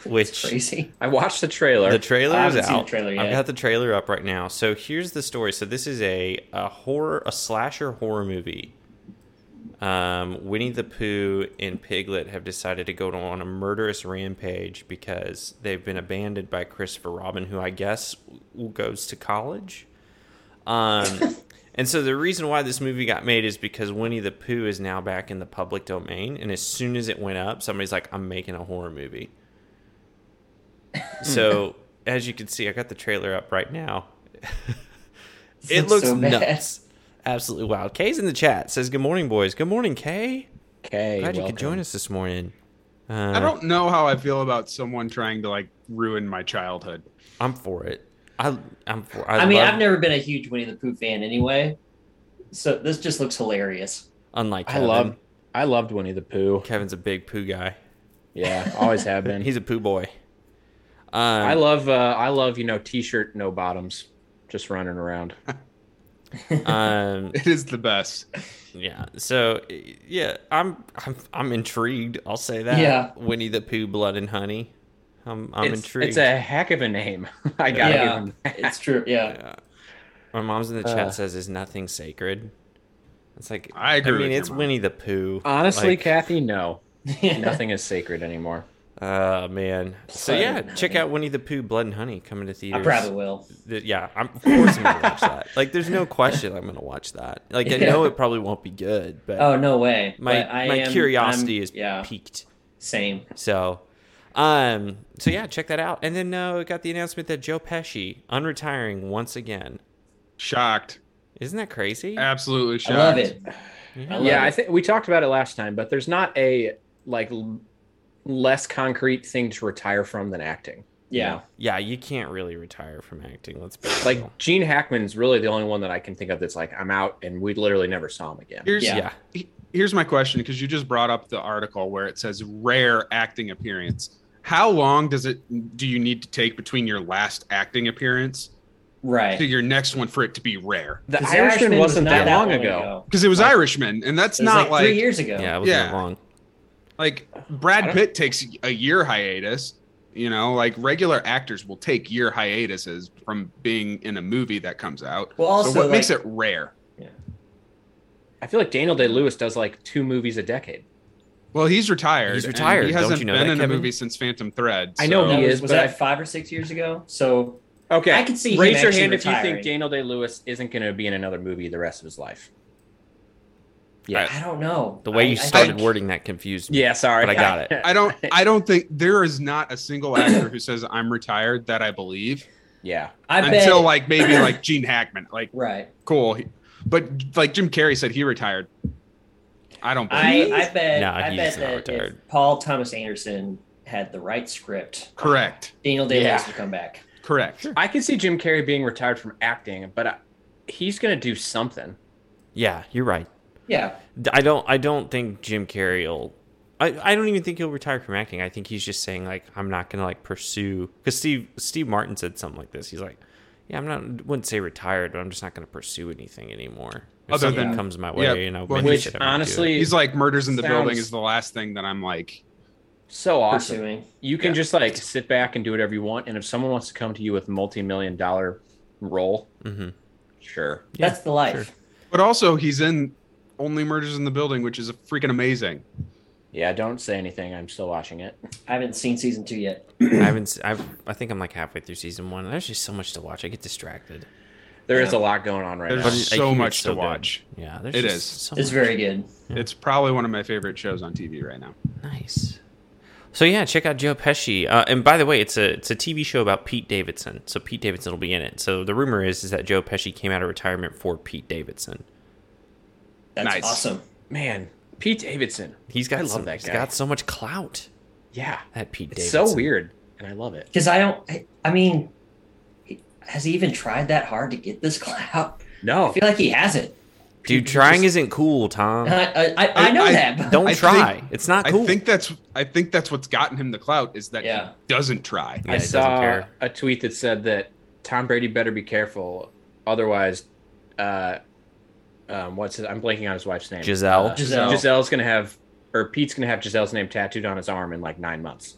A: which
D: Crazy.
C: I watched the trailer.
A: the trailer
D: I
A: is out.
D: haven't seen the trailer
A: I've
D: yet.
A: got the trailer up right now. So here's the story. So this is a, a horror, a slasher horror movie. Um, Winnie the Pooh and Piglet have decided to go on a murderous rampage because they've been abandoned by Christopher Robin, who I guess w- goes to college. Um, and so the reason why this movie got made is because Winnie the Pooh is now back in the public domain, and as soon as it went up, somebody's like, "I'm making a horror movie." So as you can see, I got the trailer up right now. it looks
D: looks so bad.
A: nuts, absolutely wild. Kay's in the chat says, "Good morning, boys. Good morning, Kay.
C: okay,
A: Glad you
C: welcome.
A: could join us this morning." Uh,
B: I don't know how I feel about someone trying to like ruin my childhood. *laughs*
A: I'm for it. I, I'm for. I,
D: I, mean,
A: love-
D: I've never been a huge Winnie the Pooh fan anyway, so this just looks hilarious.
A: Unlike
C: I
A: Kevin,
C: love, I loved Winnie the Pooh.
A: Kevin's a big poo guy.
C: Yeah, always have
A: *laughs*
C: been.
A: He's a poo boy. Um,
C: I love, uh, I love, you know, t-shirt no bottoms, just running around.
A: um,
B: It is the best.
A: yeah. So i- yeah, I'm I'm I'm intrigued. I'll say that.
D: Yeah.
A: Winnie the Pooh, Blood and Honey. I'm I'm
C: it's,
A: intrigued.
C: It's a heck of a name. *laughs* I gotta
D: Yeah.
C: give him
D: *laughs* It's true.
A: *laughs*
D: Yeah.
A: Yeah. My mom's in the chat
C: Uh.
A: says is nothing sacred. It's like
B: I agree
A: I mean,
B: with your
A: it's
B: mom.
A: Winnie the Pooh.
C: Honestly,
A: Like,
C: Kathy, *laughs* no.
D: yeah.
C: Nothing is sacred anymore.
A: Oh man. So
D: Blood
A: yeah,
D: and
A: check
D: Honey.
A: out Winnie the Pooh, Blood and Honey coming to
D: *laughs* I
A: theaters.
D: probably will.
A: Th- yeah, I'm of course I'm gonna watch that. Like, there's no question I'm gonna watch that. Like, I
D: *laughs* Yeah.
A: know it probably won't be good, but
D: Oh no way!
A: my
D: But I
A: my
D: am-
A: curiosity
D: I'm-
A: is
D: yeah
A: piqued.
D: same.
A: So, um, so yeah, check that out. And then uh, we got the announcement that Joe Pesci unretiring once again.
B: Shocked.
A: Isn't that crazy?
B: Uh, Absolutely shocked.
D: I love it.
A: Yeah.
D: I love
C: yeah,
D: it.
C: I think we talked about it last time, but there's not a like l- less concrete thing to retire from than acting. you
D: Yeah.
C: know?
A: Yeah, you can't really retire from acting. Let's be real.
C: Like Gene Hackman's really the only one that I can think of that's like I'm out and we literally never saw him again.
B: Here's
A: yeah.
D: Yeah.
B: he- here's my question because you just brought up the article where it says rare acting appearance. How long does it do you need to take between your last acting appearance
D: right.
B: to your next one for it to be rare
C: The
D: 'Cause
C: Irishman
D: was
C: wasn't that
D: not
C: long
D: long
C: ago.
B: because it was Irishman, and that's
D: It was
B: not
D: like,
B: like
D: three
B: like,
D: years ago.
A: Yeah, it wasn't that
B: Yeah.
A: long.
C: I
B: Brad
C: don't-
B: Pitt takes a year hiatus. You know, like regular actors will take year hiatuses from being in a movie that comes out.
D: Well, also
B: so what makes
D: like-
B: it rare?
C: I feel like Daniel Day Lewis does like two movies a decade.
B: Well, he's retired.
A: He's
B: and
A: retired,
B: He
A: don't
B: hasn't
A: you know
B: been
A: that,
B: in
A: Kevin?
B: a movie since Phantom Thread.
C: I know
B: so-
D: That
C: he
D: was,
C: is,
D: was
C: but
D: that
C: I-
D: five or six years ago? So
C: Okay,
D: I could see him
C: Raise your
D: actually
C: hand if you
D: retiring.
C: think Daniel Day Lewis isn't going to be in another movie the rest of his life. Yeah.
D: I don't know.
A: The way
D: I-
A: you
D: I
A: started
D: think-
A: wording that confused me.
C: Yeah, sorry,
A: But I got it.
B: I
D: *laughs*
B: don't. I don't think there is not a single actor who says I'm retired that I believe
C: *laughs* yeah,
D: I bet.
B: until like
D: *laughs*
B: maybe like Gene Hackman. Like
D: right.
B: cool, He- but like Jim Carrey said he retired. I don't.
D: I,
B: Believe.
D: I bet.
A: No,
D: I
A: he's
D: bet
A: not
D: that
A: retired.
D: if Paul Thomas Anderson had the right script,
B: correct.
D: Daniel Day Lewis
C: Yeah.
D: would come back.
B: Correct.
C: I can see Jim Carrey being retired from acting, but I, he's going to do something.
A: Yeah, you're right.
D: Yeah.
A: D- I don't. I don't think Jim Carrey will. I, I don't even think he'll retire from acting. I think he's just saying like I'm not gonna like pursue because Steve Steve Martin said something like this. He's like, yeah, I'm not wouldn't say retired, but I'm just not gonna pursue anything anymore. If
B: Other
A: something
B: than-
A: comes my
B: yeah,
A: way, and I'll
B: well,
A: make
C: which
A: shit, I'm gonna do
C: honestly-
A: it.
B: He's like murders in the building
C: Sounds-
B: is the last thing that I'm like.
C: So awesome.
D: Pursuing.
C: You can
B: Yeah.
C: just like sit back and do whatever you want, and if someone wants to come to you with a multi-million dollar role,
A: Mhm.
C: sure.
A: Yeah,
D: That's the life.
B: But also, he's in only murders in the building, which is freaking amazing.
C: Yeah, don't say anything. I'm still watching it.
D: I haven't seen season two yet.
A: I haven't. s- I've, I think I'm like halfway through season one. There's just so much to watch. I get distracted.
C: There is
D: Yeah.
C: a lot going on right
B: There's
C: now.
A: I
B: so
A: hear it's
B: much to
A: good.
B: watch.
A: Yeah, there's
B: It
A: just
B: is.
A: So
D: It's
A: much.
D: very good.
B: It's probably one of my favorite shows on TV right now.
A: Nice. So yeah, check out Joe Pesci. Uh, and by the way, it's a it's a TV show about Pete Davidson. So Pete Davidson will be in it. So the rumor is is that Joe Pesci came out of retirement for Pete Davidson.
D: That's
B: Nice.
D: awesome.
C: Man, Pete Davidson.
A: He's
C: I
A: got
C: love
A: some,
C: that
A: he's
C: guy.
A: got so much clout.
C: Yeah,
A: That Pete
C: it's
A: Davidson.
C: so weird, and I love it.
D: Because I don't. I, I mean, has he even tried that hard to get this *laughs* clout? I
C: No,
D: feel like he hasn't.
A: Dude, trying isn't cool,
C: *laughs*
A: Tom. *laughs*
D: I, I, I know
B: I-
D: that. But
A: Don't
B: I
A: try.
B: think-
A: it's not cool.
B: I think that's I think that's what's gotten him the clout is that
D: Yeah.
B: he doesn't try.
A: Yeah,
C: I
A: he doesn't
C: saw
A: care.
C: a tweet that said that Tom Brady better be careful, otherwise, uh, um, what's his, I'm blanking on his wife's name.
A: Giselle.
C: Uh,
D: Giselle.
C: Giselle's gonna have, or Pete's gonna have Giselle's name tattooed on his arm in like nine months.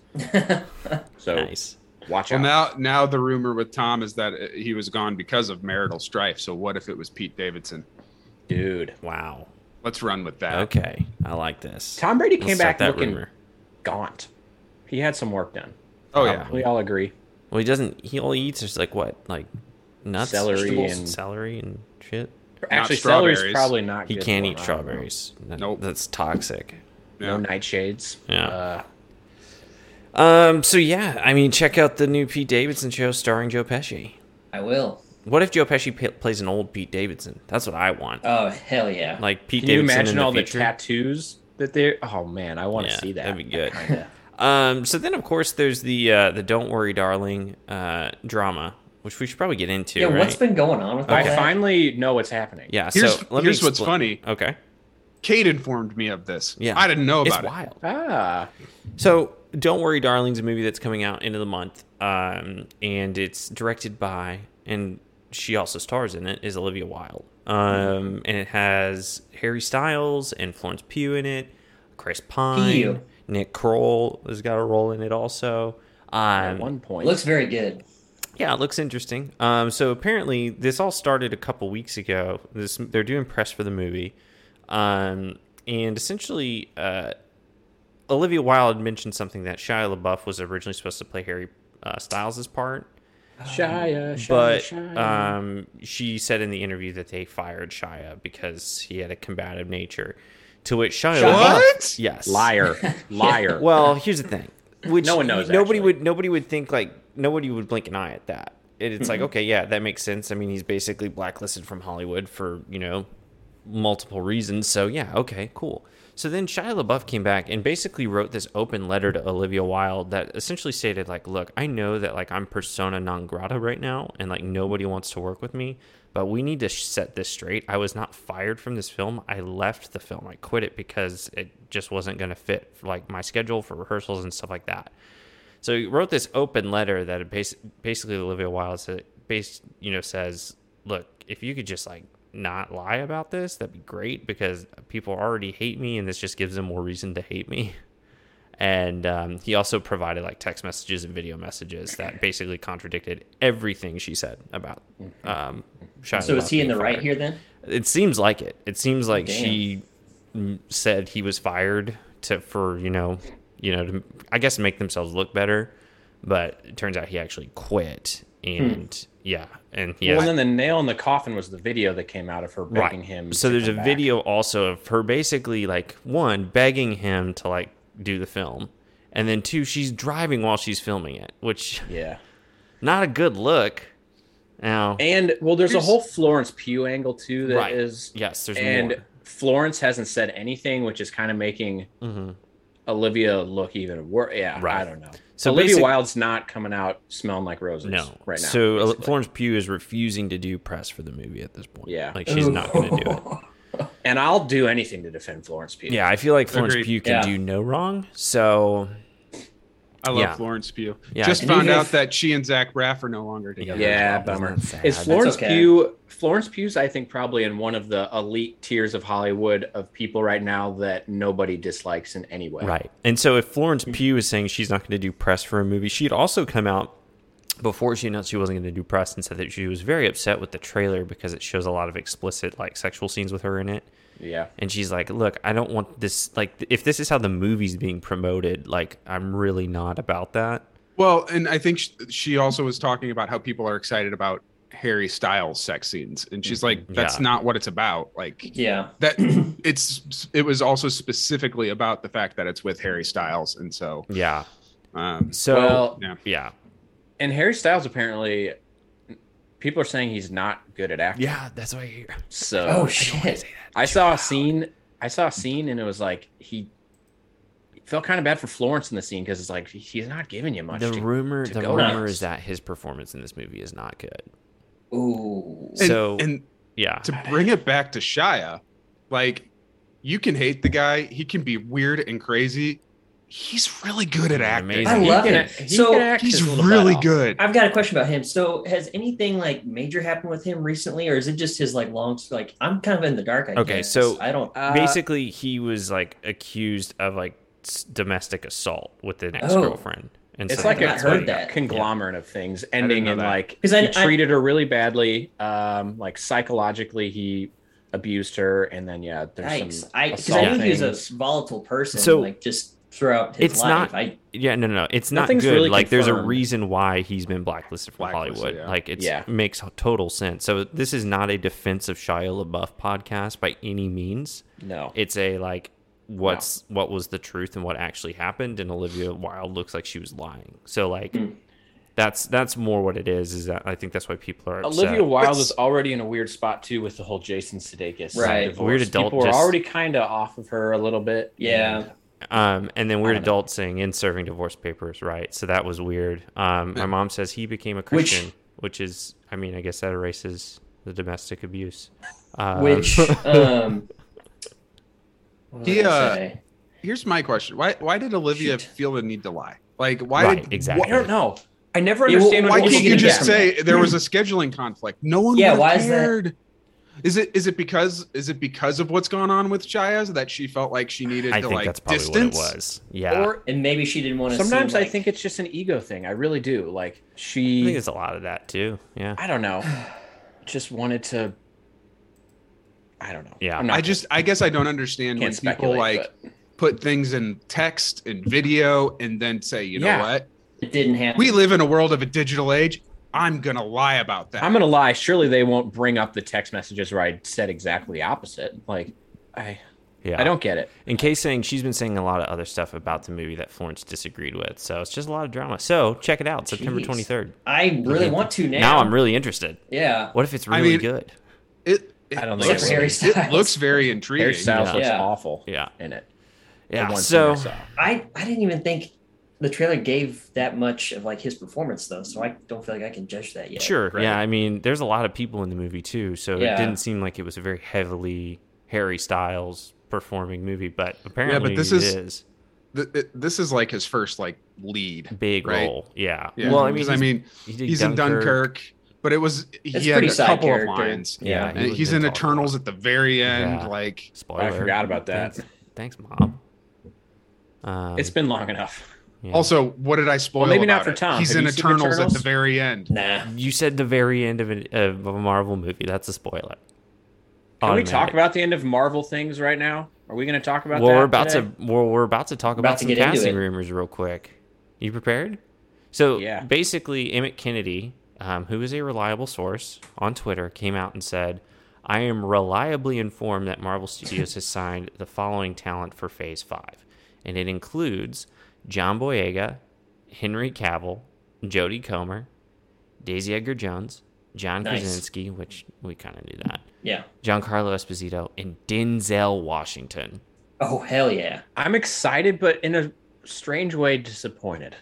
C: So
A: nice.
C: watch
B: Well,
C: out.
B: now now the rumor with Tom is that uh, he was gone because of marital strife. So what if it was Pete Davidson?
C: dude.
A: Wow.
B: Let's run with that.
A: Okay. I like this.
C: Tom Brady
A: Let's
C: came
A: start
C: back looking gaunt. He had some work done.
B: Oh yeah.
A: Probably.
C: We all agree.
A: Well, he doesn't. He only eats just like what, like nuts,
C: Celery
A: vegetables,
C: and-
A: celery and shit.
C: Actually, celery's
B: strawberries.
C: probably not.
A: He
C: good
A: can't
C: for
A: eat
C: him.
A: strawberries. That-
B: Nope.
A: that's toxic.
B: Yeah.
C: No nightshades.
A: Yeah.
C: Uh,
A: Um. So yeah, I mean, check out the new Pete Davidson show starring Joe Pesci.
D: I will.
A: What if Joe Pesci p- plays an old Pete Davidson? That's what I want.
D: Oh hell yeah!
A: Like Pete
C: can you
A: Davidson
C: imagine
A: in the
C: all the
A: future.
C: tattoos that they? Oh man, I want to
A: Yeah,
C: see that.
A: that'd be good.
C: Kinda.
A: um. So then, of course, there's the uh, the Don't Worry, Darling uh, drama, which we should probably get into.
D: yeah,
A: right?
D: what's been going on with all
C: I
D: that?
C: finally know what's happening.
A: yeah.
B: Here's
A: so let me
B: here's what's
A: expl-
B: funny.
A: Okay.
B: Kate informed me of this.
A: Yeah.
B: I didn't know
A: It's
B: about it.
A: wild.
C: Ah,
A: So, Don't Worry, Darling's a movie that's coming out end of the month, um, and it's directed by, and she also stars in it, is Olivia Wilde. Um, and it has Harry Styles and Florence Pugh in it, Chris Pine,
D: Pugh.
A: Nick Kroll has got a role in it also.
C: at
A: Um,
C: one point.
D: Looks very good.
A: yeah, it looks interesting. Um, so apparently, this all started a couple weeks ago. This they're doing press for the movie, um, and essentially, uh, Olivia Wilde mentioned something that Shia LaBeouf was originally supposed to play Harry uh, Styles' part,
C: Shia, Shia,
A: but
C: Shia.
A: um, she said in the interview that they fired Shia because he had a combative nature. To which Shia,
D: Shia
A: LaBeouf,
B: What?
A: yes, *laughs*
C: liar, liar.
A: well, here's the thing. Which
C: No one knows,
A: Nobody
C: actually.
A: would. Nobody would think like nobody would blink an eye at that. And it's like okay, yeah, that makes sense. I mean, he's basically blacklisted from Hollywood for you know multiple reasons. So yeah, okay, cool. So then Shia LaBeouf came back and basically wrote this open letter to Olivia Wilde that essentially stated like, look, I know that like I'm persona non grata right now and like nobody wants to work with me, but we need to sh- set this straight. I was not fired from this film. I left the film. I quit it because it just wasn't going to fit for, like my schedule for rehearsals and stuff like that. So he wrote this open letter that it bas- basically Olivia Wilde said, based, you know, says, look, if you could just like not lie about this, that'd be great because people already hate me and this just gives them more reason to hate me. And um, he also provided like text messages and video messages that basically contradicted everything she said about um, Shia
D: Mm-hmm. So
A: LaBeouf
D: is he in
A: being
D: the right
A: fired.
D: here then?
A: It seems like it. It
C: Oh,
A: seems like
D: Damn.
A: she mm, said he was fired to for you know you know to I guess make themselves look better, but it turns out he actually quit and yeah and he
C: Hmm. Well,
A: has-
C: and then the nail in the coffin was the video that came out of her begging him.
A: so
C: to
A: there's a
C: come back.
A: video also of her basically like one begging him to like do the film, and then two she's driving while she's filming it, which
C: Yeah.
A: not a good look. Now
C: And well, there's a
B: There's-
C: whole Florence Pugh angle too that is
A: Right. yes, there's
C: and Florence hasn't said anything, which is kind of making
A: more. hmm
C: Olivia look even worse. Yeah, I
A: Right.
C: don't know.
A: So
C: So Olivia
A: basic-
C: Wilde's not coming out smelling like roses
A: No,
C: right now.
A: So uh,
C: basically.
A: Florence Pugh is refusing to do press for the movie at this point.
C: Yeah.
A: like she's not going to do
C: *laughs*
A: it.
C: and I'll do anything to defend Florence Pugh.
A: Yeah, I feel like Florence
B: Agreed.
A: Pugh can
D: Yeah.
A: do no wrong. So
B: I love
A: Yeah.
B: Florence Pugh.
A: Yeah.
B: Just *laughs*
D: And
B: found
D: even
B: out
D: if-
B: that she and Zach Braff are no longer together.
C: Yeah,
A: Isn't
C: bummer.
A: that sad?
C: Is Florence
D: okay.
C: Pugh Florence Pugh's I think probably in one of the elite tiers of Hollywood of people right now that nobody dislikes in any way.
A: Right. And so if Florence Pugh is saying she's not going to do press for a movie, she had also come out before she announced she wasn't going to do press and said that she was very upset with the trailer because it shows a lot of explicit like sexual scenes with her in it.
C: Yeah.
A: And she's like, "Look, I don't want this like if this is how the movie's being promoted, like I'm really not about that."
B: Well, and I think sh- she also was talking about how people are excited about Harry Styles sex scenes, and she's like, "That's
A: Mm-hmm. Yeah.
B: not what it's about." Like
D: *laughs* Yeah.
A: *clears throat*
B: that, it's it was also specifically about the fact that it's with Harry Styles, and so
A: Yeah.
B: um,
A: So
C: well,
B: yeah.
A: yeah.
C: and Harry Styles apparently people are saying he's not good at acting.
A: Yeah, that's what I hear.
C: So
D: Oh shit.
C: I saw a scene. I saw a scene, and it was like he it felt kind of bad for Florence in the scene because it's like he's not giving you much.
A: The
C: to-
A: rumor,
C: to
A: the
C: go
A: rumor
C: next.
A: is that his performance in this movie is not good.
D: Ooh.
B: And,
A: So-
B: and
A: Yeah,
B: to bring it back to Shia, like you can hate the guy, he can be weird and crazy. He's really good at acting.
A: Amazing.
D: I
C: He
D: love
C: can
D: it.
C: act- he
D: So-
C: can act
B: He's
C: his little butt
B: really
C: off.
B: good.
D: I've got a question about him. So, has anything like major happened with him recently, or is it just his like long? Like, I'm kind of in the dark. I
A: Okay,
D: guess.
A: so-
D: I don't.
C: Uh,
A: basically he was like accused of like s- domestic assault with an ex-girlfriend and
C: It's
A: so
C: like a
A: that's
D: heard
A: what he-
D: that.
C: conglomerate of things ending
B: know
C: in
B: that.
C: like he
D: 'Cause I- I-
C: treated her really badly. Um, like psychologically, he abused her, and then yeah, there's
D: Yikes!
C: some
D: I because
C: assault
D: I knew he was
C: things.
D: a volatile person.
A: So-
D: like just throughout his
A: It's
D: life.
A: not-
D: I
A: yeah no no no it's not
C: Nothing's
A: good
C: really
A: like there's a
C: confirmed.
A: reason why he's been blacklisted from
B: Blacklisted,
A: hollywood
B: yeah.
A: like it
C: Yeah.
A: makes total sense so this is not a defense of shia labeouf podcast by any means
C: no.
A: it's a like what's what was the truth and what actually happened and olivia wilde looks like she was lying so like
C: Hmm.
D: Mm.
A: that's that's more what it is is that i think that's why people are upset.
C: Olivia Wilde
B: But-
C: is already in a weird spot too with the whole Jason Sudeikis
D: Right.
C: divorce.
A: Weird adult
C: People are
A: just-
C: already kind of off of her a little bit.
D: yeah.
A: Um, and then
C: I
A: weird
C: don't know.
A: adults saying in serving divorce papers, right? So that was weird. Um,
C: Hmm.
A: my mom says he became a
D: Which-
A: Christian, which, is, I mean, I guess that erases the domestic abuse. Um, *laughs*
D: Which um. what was I
B: He,
D: gonna
B: uh,
D: say?
B: Here's my question: Why why did Olivia
D: Shoot.
B: feel the need to lie? Like why
A: Right,
B: did
A: exactly.
C: I don't know. I never
D: Yeah, well,
C: understand
B: Why
C: when
D: Well,
B: can't
C: people
B: you
D: get
B: just
D: back.
B: say there was a scheduling conflict? No one.
D: Yeah,
B: would've
D: why is that-
B: cared. Is it is it because is it because of what's going on with Shia's that she felt like she needed
A: I
B: to
A: think
B: like
A: that's probably
B: distance?
A: what it was. Yeah.
C: Or
D: and maybe she didn't want to.
C: sometimes
D: seem
C: I
D: like-
C: think it's just an ego thing. I really do. Like
A: I think
C: she,
A: it's a lot of that too. Yeah.
C: I don't know, just wanted to. I don't know.
A: Yeah.
C: I'm not
B: I just I guess I don't understand
C: can't
B: when people
C: speculate.
B: like
C: but-
B: put things in text and video and then say you know
C: Yeah.
B: what
D: it didn't happen.
B: we live in a world of a digital age. I'm gonna lie about that.
C: I'm gonna lie. Surely they won't bring up the text messages where I said exactly the opposite. Like, I,
A: Yeah.
C: I don't get it.
A: And Kay's saying she's been saying a lot of other stuff about the movie that Florence disagreed with. So it's just a lot of drama. So check it out September
D: Jeez.
A: 23rd.
D: I really want to now.
A: Now I'm really interested.
D: yeah.
A: What if it's
B: I
A: really
B: mean-
A: good?
B: it, it
C: I don't think
B: looks,
C: it will.
B: it looks very intriguing.
C: Harry Styles
A: Yeah.
C: looks
D: Yeah.
C: awful
A: Yeah.
C: in it. the
A: Yeah.
C: one
A: So
C: scene I saw.
D: I I didn't even think the trailer gave that much of like his performance though, so I don't feel like I can judge that yet.
A: Sure.
B: Right.
A: Yeah. I mean, there's a lot of people in the movie too, so
D: Yeah.
A: it didn't seem like it was a very heavily Harry Styles performing movie, but apparently
B: this
A: it
B: is-
A: is
B: Th- th- this is like his first like lead.
A: big
B: Right.
A: role. Yeah.
B: Yeah,
A: Well, I mean,
B: because I mean,
A: he's, he did
B: he's in Dunkirk. But it was
D: It's
B: he had
D: pretty
B: a
D: side
B: couple
D: character.
B: of lines.
A: Yeah,
B: And he's in Eternals at the very end.
A: Yeah.
B: Like
A: Spoiler.
C: I forgot about that.
A: Thanks, thanks Mom. Um,
C: it's been long enough.
A: yeah.
B: also, what did I spoil?
C: maybe not
B: about
C: for
B: it?
C: Tom.
B: He's
C: Have
B: in
C: you seen
B: Eternals, at the
C: Eternals?
B: very end.
D: Nah.
A: You said the very end of, an, of a Marvel movie. That's a spoiler.
C: Can we talk
A: Automatic.
C: about the end of Marvel things right now? Are we going to talk about
A: well,
C: that?
A: we're about
C: today?
A: to well, we're about to talk
D: About
A: about
D: to
A: some
D: get into
A: casting
D: it.
A: rumors real quick. You prepared? So
C: Yeah.
A: basically, Emmett Kennedy, um, who is a reliable source on Twitter, came out and said, "I am reliably informed that Marvel Studios has signed the following talent for Phase Five, and it includes John Boyega, Henry Cavill, Jodie Comer, Daisy Edgar-Jones, John
D: Nice.
A: Krasinski, which we kind of knew that,
D: Yeah.
A: Giancarlo Esposito, and Denzel Washington."
D: Oh hell yeah.
C: I'm excited, but in a strange way, disappointed.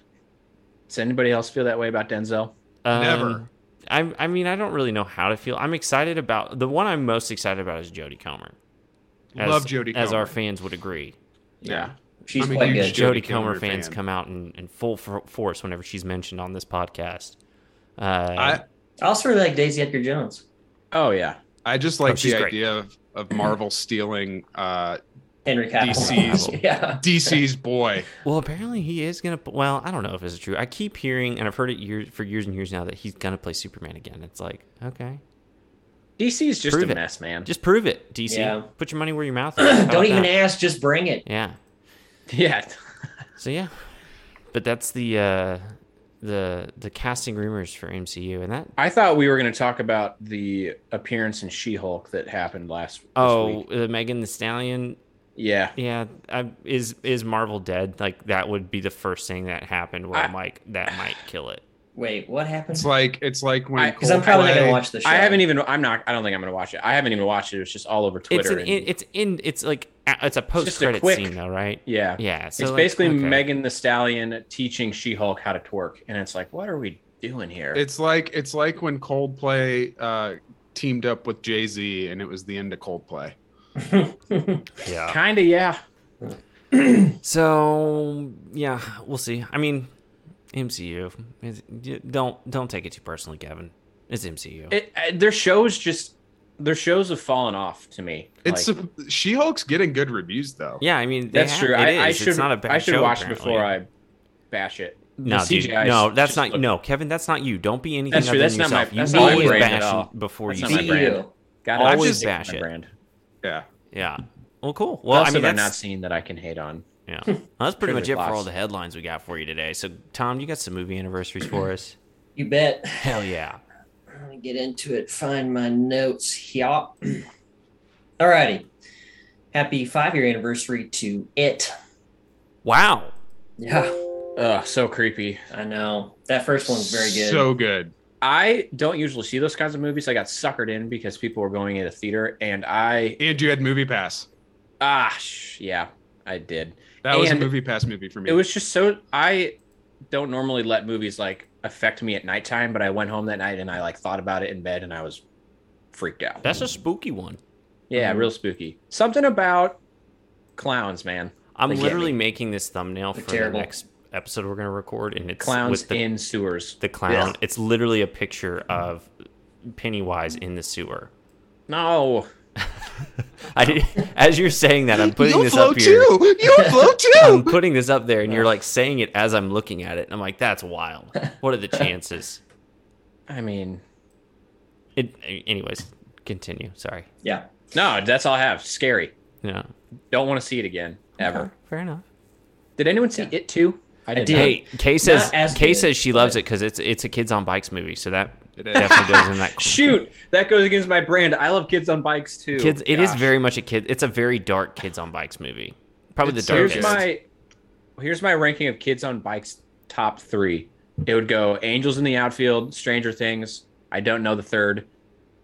C: Does anybody else feel that way about Denzel?
B: Never.
A: Um, I I mean I don't really know how to feel. I'm excited about the one I'm most excited about is Jodie Comer. As-
B: Love Jodie
A: as our
B: Comer.
A: fans would agree.
B: Yeah.
D: She's
B: I'm a
D: quite
B: huge
D: good.
B: Jodie
A: Jodie Comer,
B: Comer
A: fans
B: fan.
A: come out in, in full for, force whenever she's mentioned on this podcast. Uh,
B: I
D: I also really like Daisy Edgar Jones.
C: Oh yeah,
B: I just like
A: Oh, she's
B: the
A: great.
B: idea of,
A: *clears throat*
B: of Marvel stealing uh,
D: Henry Cavill.
B: DC's.
D: *laughs* yeah. *clears throat*
B: DC's boy.
A: well, apparently he is gonna. Well, I don't know if this is true. I keep hearing and I've heard it years for years and years now that he's gonna play Superman again. It's like okay,
C: DC's just
A: Prove
C: a
A: it.
C: mess, man.
A: just prove it, DC.
D: Yeah.
A: Put your money where your mouth
D: *clears throat*
A: is. How about
D: Don't even
A: that?
D: ask, just bring it.
A: Yeah.
C: *laughs* yeah,
A: So yeah, but that's the uh, the the casting rumors for MCU, and that
C: I thought we were going to talk about the appearance in She-Hulk that happened last. this
A: oh
C: week.
A: uh, Megan the Stallion,
C: yeah.
A: yeah, I, is is Marvel dead? Like that would be the first thing that happened where I, am like that might kill it.
D: Wait, what happened?
B: It's like it's like when
C: I-
D: Because I'm probably not gonna watch the show.
C: I haven't even. I'm not. I don't think I'm going to watch it. I haven't even watched it. It was just all over Twitter.
A: It's an
C: and-
A: in, it's in it's like a- it's a post credit
C: quick-
A: scene though, right?
C: yeah.
A: Yeah, so
C: it's
A: like,
C: basically
A: okay.
C: Megan the Stallion teaching She-Hulk how to twerk, and it's like, what are we doing here?
B: It's like it's like when Coldplay uh, teamed up with Jay Z, and it was the end of Coldplay.
A: Yeah.
C: kind of yeah.
A: So yeah, we'll see. I mean, MCU. is- y- Don't don't take it too personally, Kevin. It's MCU.
C: It, uh, their shows just their shows have fallen off to me.
B: It's
C: Like,
B: She Hulk's getting good reviews though.
A: yeah, I mean they
C: that's
A: have-
C: true.
A: it
C: I, I
A: is.
C: should
A: It's not a bad
C: I should
A: show,
C: watch
A: apparently.
C: before I bash it.
A: No,
C: The
A: dude,
C: CGI
A: no,
C: is
A: that's
C: just
A: not
C: look-
A: no, Kevin. That's not you. Don't be anything
C: That's
A: other
C: true. That's
A: than
C: not my-
A: yourself. you
C: that's not my
A: always
C: brand at
A: bash
C: all.
A: before
C: That's
A: you
C: not
A: see.
C: my
D: Be
C: brand.
D: you.
C: Got
A: Always bash it.
C: Brand.
B: Yeah.
A: Yeah. Well, cool.
C: Well,
A: Well,
C: also,
A: I mean,
C: they're not
A: that's,
C: seeing that I can hate on.
A: yeah. Well, that's pretty much it
C: Privilege
A: for all
C: lost.
A: the headlines we got for you today. So, Tom, you got some movie anniversaries for
C: *coughs*
A: us?
D: You bet. *clears throat*
A: Hell yeah!
D: I'm gonna get into it. Find my notes. Yeah. *clears throat* Alrighty. Happy five year anniversary to it.
A: Wow.
D: Yeah,
C: Ugh, so creepy.
D: I know. That first one's very good.
B: So good.
C: I don't usually see those kinds of movies. I got suckered in because people were going into theater, and I
B: And you had Movie Pass.
C: ah sh- yeah, I did.
B: That was a
C: And-
B: Movie Pass movie for me.
A: *laughs*
C: It was just so I don't normally let movies like affect me at nighttime, but I went home that night and I like thought about it in bed, and I was freaked out.
A: That's a spooky one.
C: Yeah,
A: Mm-hmm.
D: Mhm.
C: real spooky. Something about clowns, man.
A: I'm
C: They get
A: literally
C: me.
A: making this thumbnail
D: They're
A: for
D: terrible.
A: the next episode we're gonna record, and it's
C: Clowns
A: with the,
C: in sewers.
A: the clown.
D: Yeah.
A: It's literally a picture of Pennywise in the sewer. *laughs*
C: No.
A: I did, as you're saying that, I'm putting this up here.
B: too.
A: *laughs*
B: You'll blow
A: I'm
B: too.
A: putting this up there, and you're like saying it as I'm looking at it. And I'm like, that's wild. What are the chances?
C: I mean,
A: It, anyways, continue. Sorry.
D: Yeah.
C: no, that's all I have. Scary.
A: Yeah.
C: Don't want to see it again ever.
A: Okay, fair enough.
C: Did anyone see it too? I
D: did.
A: Hey, Kay says
D: as
A: Kay
D: good,
A: says she loves it because it's it's a kids on bikes movie, so that
B: It
A: *laughs*
B: is.
A: definitely goes in that.
C: *laughs* Shoot, that goes against my brand. I love kids on bikes too.
A: kids. It is
C: Gosh.
A: very much a kid. It's a very dark kids on bikes movie. Probably
B: It's
A: the
B: so
A: darkest.
C: Here's my here's my ranking of kids on bikes top three. It would go Angels in the Outfield, Stranger Things. I don't know the third.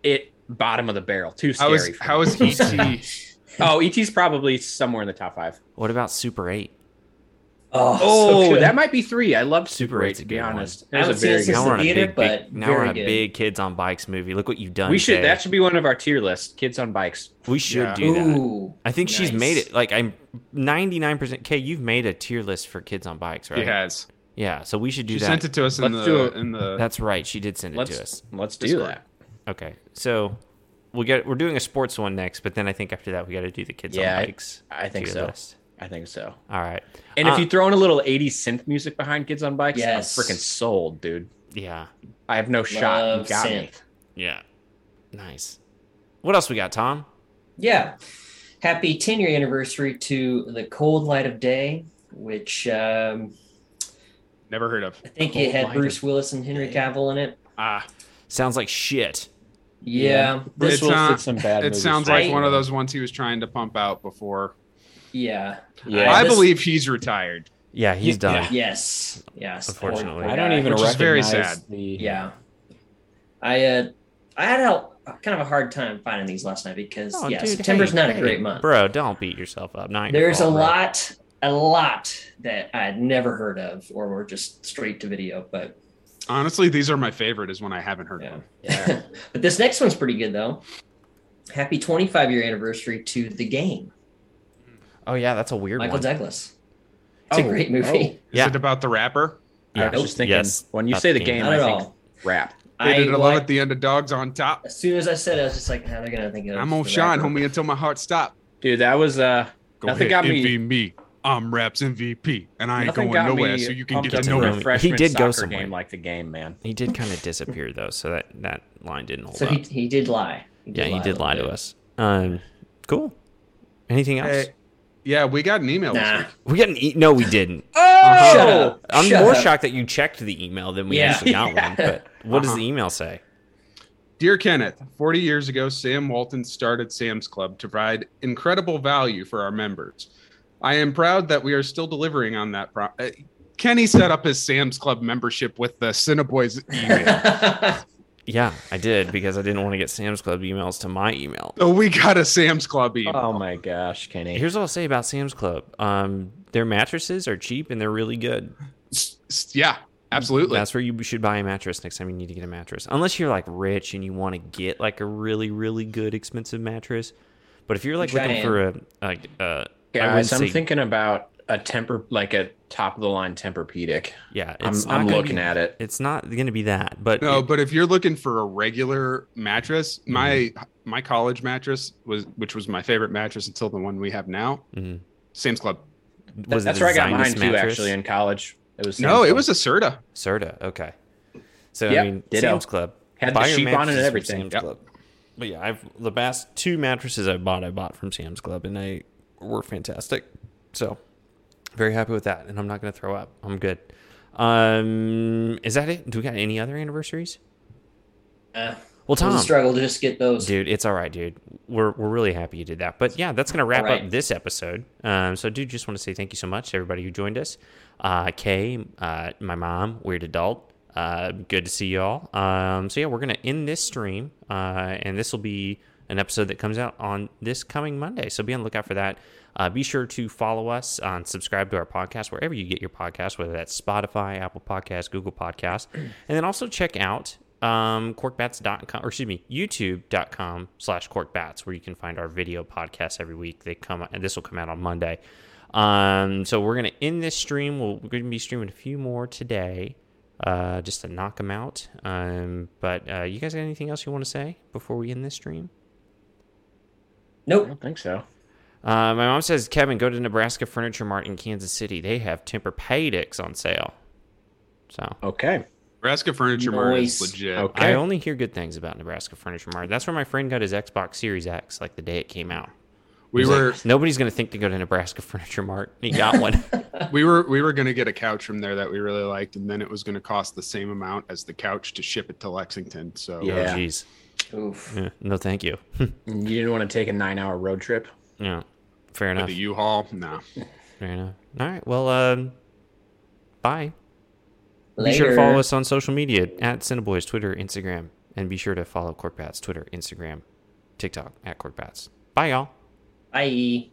C: It bottom of the barrel. Too
B: How
C: scary.
B: is
C: for me.
B: how is E
A: *laughs*
B: ET?
C: Oh, ET's probably somewhere in the top five.
A: What about Super Eight?
D: Oh,
C: Oh,
D: so good.
C: that might be three. I love
A: Super
C: Super, Eight
A: Eight's a
C: to be
A: good one.
C: honest.
D: I
C: It was a
D: haven't seen it
C: very
D: since
C: good
A: Now
D: the
A: we're on a
D: theater,
A: big,
D: but
A: big now we're
D: very
A: on a
D: good.
A: big kids on bikes movie. Look what you've done.
C: We should
A: Kay.
C: that should be one of our tier lists. Kids on bikes.
A: we should
B: Yeah.
A: do that.
D: Ooh,
A: I think she's
D: nice.
A: made it. Like I'm 99%. Kay, you've made a tier list for kids on bikes, right?
B: He has.
A: Yeah, so we should do
B: She
A: that.
B: sent it to us in
C: Let's do
B: the
C: it.
B: in the
A: That's right. She did send it
C: Let's
A: to us.
C: let's do
B: Discord.
C: that.
A: Okay, so we get we're doing a sports one next, but then I think after that we got to do the kids
C: Yeah,
A: on
C: I-
A: bikes.
C: I think
A: to your
C: so.
A: list.
C: I think so.
A: All right.
C: And
A: Uh,
C: if you throw in a little 80s synth music behind Kids on Bikes,
D: Yes.
C: I'm freaking sold, dude.
A: Yeah.
C: I have no shot. You
D: Love
C: got me.
D: synth.
A: Yeah. Nice. What else we got, Tom?
D: Yeah. Happy 10 year anniversary to The Cold Light of Day, which um,
B: never heard of.
D: I think
A: Cold
D: it had
A: Light
D: Bruce
A: of
D: Willis and Henry
C: Day.
D: Cavill in it.
B: Ah,
A: Sounds like shit.
D: Yeah.
B: Bruce
D: This
B: It's Willis
D: was,
B: not-
C: some bad
B: it sounds
D: right?
B: like one of those ones he was trying to pump out before.
D: yeah. Uh,
C: Yeah.
B: I
D: This-
B: believe he's retired.
A: Yeah, he's done.
C: Yeah.
D: Yes. Yes.
A: Unfortunately.
D: Poor- poor
A: I
D: guy.
B: Which is very sad.
C: The,
D: Yeah. I uh, I had a kind of a hard time finding these last night because
A: Oh,
D: yeah,
A: dude,
D: September's
A: hey,
D: not
A: hey,
D: a great month.
A: Bro, don't beat yourself up. Not your
D: There's a
A: fault, bro.
D: lot, a lot that I'd never heard of, or were just straight to video. But
B: Honestly, these are my favorite. Is when I haven't heard
D: yeah,
B: of.
C: Yeah.
D: *laughs* but this next one's pretty good though. Happy 25 year anniversary to the game,
A: Oh yeah, that's a weird
D: Michael
A: one.
D: Douglas. It's a
C: Oh,
D: great movie.
B: Is
A: Yeah.
B: it about the rapper?
C: *laughs* I
A: Yeah.
C: was just thinking
A: Yes.
C: when you
A: Not
C: say the
A: the
C: game,
A: game.
D: *laughs* Not
C: I
D: at
C: think
D: all.
C: rap.
B: They did
D: I
B: it love
D: like,
B: at the underdogs on top.
D: as soon as I said, it, I was just like, nah, they're gonna think of
B: I'm
D: the
B: on shine,
D: rapper."
B: homie, until my heart stop.
C: Dude, that was uh
B: Go
C: Nothing
B: ahead,
C: got me-
B: envy me. I'm Raps MVP, and I ain't
C: nothing
B: going
C: got
B: nowhere,
C: me
B: so you can
C: pumped
B: get
C: up
B: to
A: to
B: know
C: for a
A: him.
B: me.
A: He
C: freshman
A: did go
C: soccer
A: somewhere.
C: game like the game, man.
A: He did kind of disappear though, so that that line didn't hold
D: So
A: up.
D: he, he did lie.
A: yeah, he
D: a
A: did
D: little
A: lie to
D: bit.
A: us. Um, cool. Anything else?
B: Hey, yeah, we got an email. This
D: Nah.
B: week. Uh-huh.
A: We got an e- no, we didn't.
D: Oh! Shut up.
A: I'm
D: Shut
A: more
D: up.
A: shocked that you checked the email than we
D: *laughs* Yeah.
A: actually got one. But what does
B: Uh-huh.
A: the email say?
B: Dear Kenneth, 40 years ago, Sam Walton started Sam's Club to provide incredible value for our members. I am proud that we are still delivering on that. Pro- uh, Kenny set up his Sam's Club membership with the Cineboys
C: *laughs*
B: email.
D: *laughs*
A: Yeah, I did because I didn't want to get Sam's Club emails to my email.
B: so we got a Sam's Club email.
C: Oh my gosh, Kenny.
A: Here's what I'll say about Sam's Club. Um, their mattresses are cheap and they're really good.
C: Oh.
B: S- s- Yeah, absolutely.
A: That's where you should buy a mattress next time you need to get a mattress. Unless you're like rich and you want to get like a really, really good expensive mattress. But if you're like
D: Try
A: looking
D: it.
A: for a, like uh, I wouldn't
C: Guys, I'm
A: say-
C: thinking about a temper like a top of the line Tempur-Pedic.
A: yeah,
C: I'm,
A: it's not
C: I'm
A: gonna
C: looking
A: be-
C: at it.
A: It's not going to be that, but
B: No,
A: it-
B: but if you're looking for a regular mattress,
C: Mm-hmm.
B: my my college mattress was, which was my favorite mattress until the one we have now,
A: Mhm.
C: Mm-hmm.
B: Sam's Club.
A: was it
C: That's
A: the
C: where I got mine
A: Zionist
C: too,
A: mattress?
C: actually, in college. It was
B: No,
C: Sam's
B: it
C: Club.
B: was a Serta.
A: Serta. Okay. So I
C: Yep,
A: mean,
C: ditto.
A: Sam's Club
C: Had
A: Buy
C: the
A: your
C: sheep on it and
A: mattresses from
C: everything.
A: Sam's
B: Yep.
A: Club. But yeah, I've the best two mattresses I bought. I bought from Sam's Club, and they were fantastic. So very happy with that, and I'm not gonna throw up. I'm good. Um, is that it? Do we got any other anniversaries?
D: Uh,
A: Well,
D: It was
A: Tom,
D: a struggle to just get those.
A: dude, it's all right, dude. We're we're really happy you did that. But yeah, that's gonna wrap
D: All right.
A: up this episode. Um, so dude, just want to say thank you so much to everybody who joined us. Uh, Kay, uh, my mom, weird adult. Uh, good to see y'all. Um, so yeah, we're gonna end this stream, uh, and this will be an episode that comes out on this coming Monday. So be on the lookout for that. Uh, be sure to follow us and subscribe to our podcast wherever you get your podcast, whether that's Spotify, Apple Podcasts, Google Podcasts, and then also check out um, corkbats.com or excuse me youtube.com slash corkbats where you can find our video podcasts every week they come and this will come out on monday um, so we're going to end this stream we'll, we're going to be streaming a few more today uh, just to knock them out um, but uh, you guys got anything else you want to say before we end this stream
C: I
D: Nope.
C: don't think so.
A: uh, my mom says kevin go to nebraska furniture mart in kansas city they have temper pedics on sale so
C: Okay.
B: Nebraska Furniture Mart is
D: Nice.
B: legit.
C: Okay.
A: I only hear good things about Nebraska Furniture Mart. That's where my friend got his Xbox Series X, like the day it came out.
B: We
A: He's
B: were
A: like, nobody's gonna think to go to Nebraska *laughs* Furniture Mart. And he got one. Oh,
B: we were we were gonna get a couch from there that we really liked, and then it was gonna cost the same amount as the couch to ship it to Lexington. So
A: yeah.
C: Yeah.
A: Jeez.
D: Oof.
A: Yeah, no, thank you.
C: You didn't want to take a nine hour road trip.
A: yeah. Fair
B: with
A: enough.
B: the U-Haul, no.
A: Fair enough. All right. Well, um, bye.
D: Later.
A: Be sure to follow us on social media at Cineboys, Twitter, Instagram, and be sure to follow Corkbats, Twitter, Instagram, TikTok at Corkbats. Bye, y'all.
D: Bye.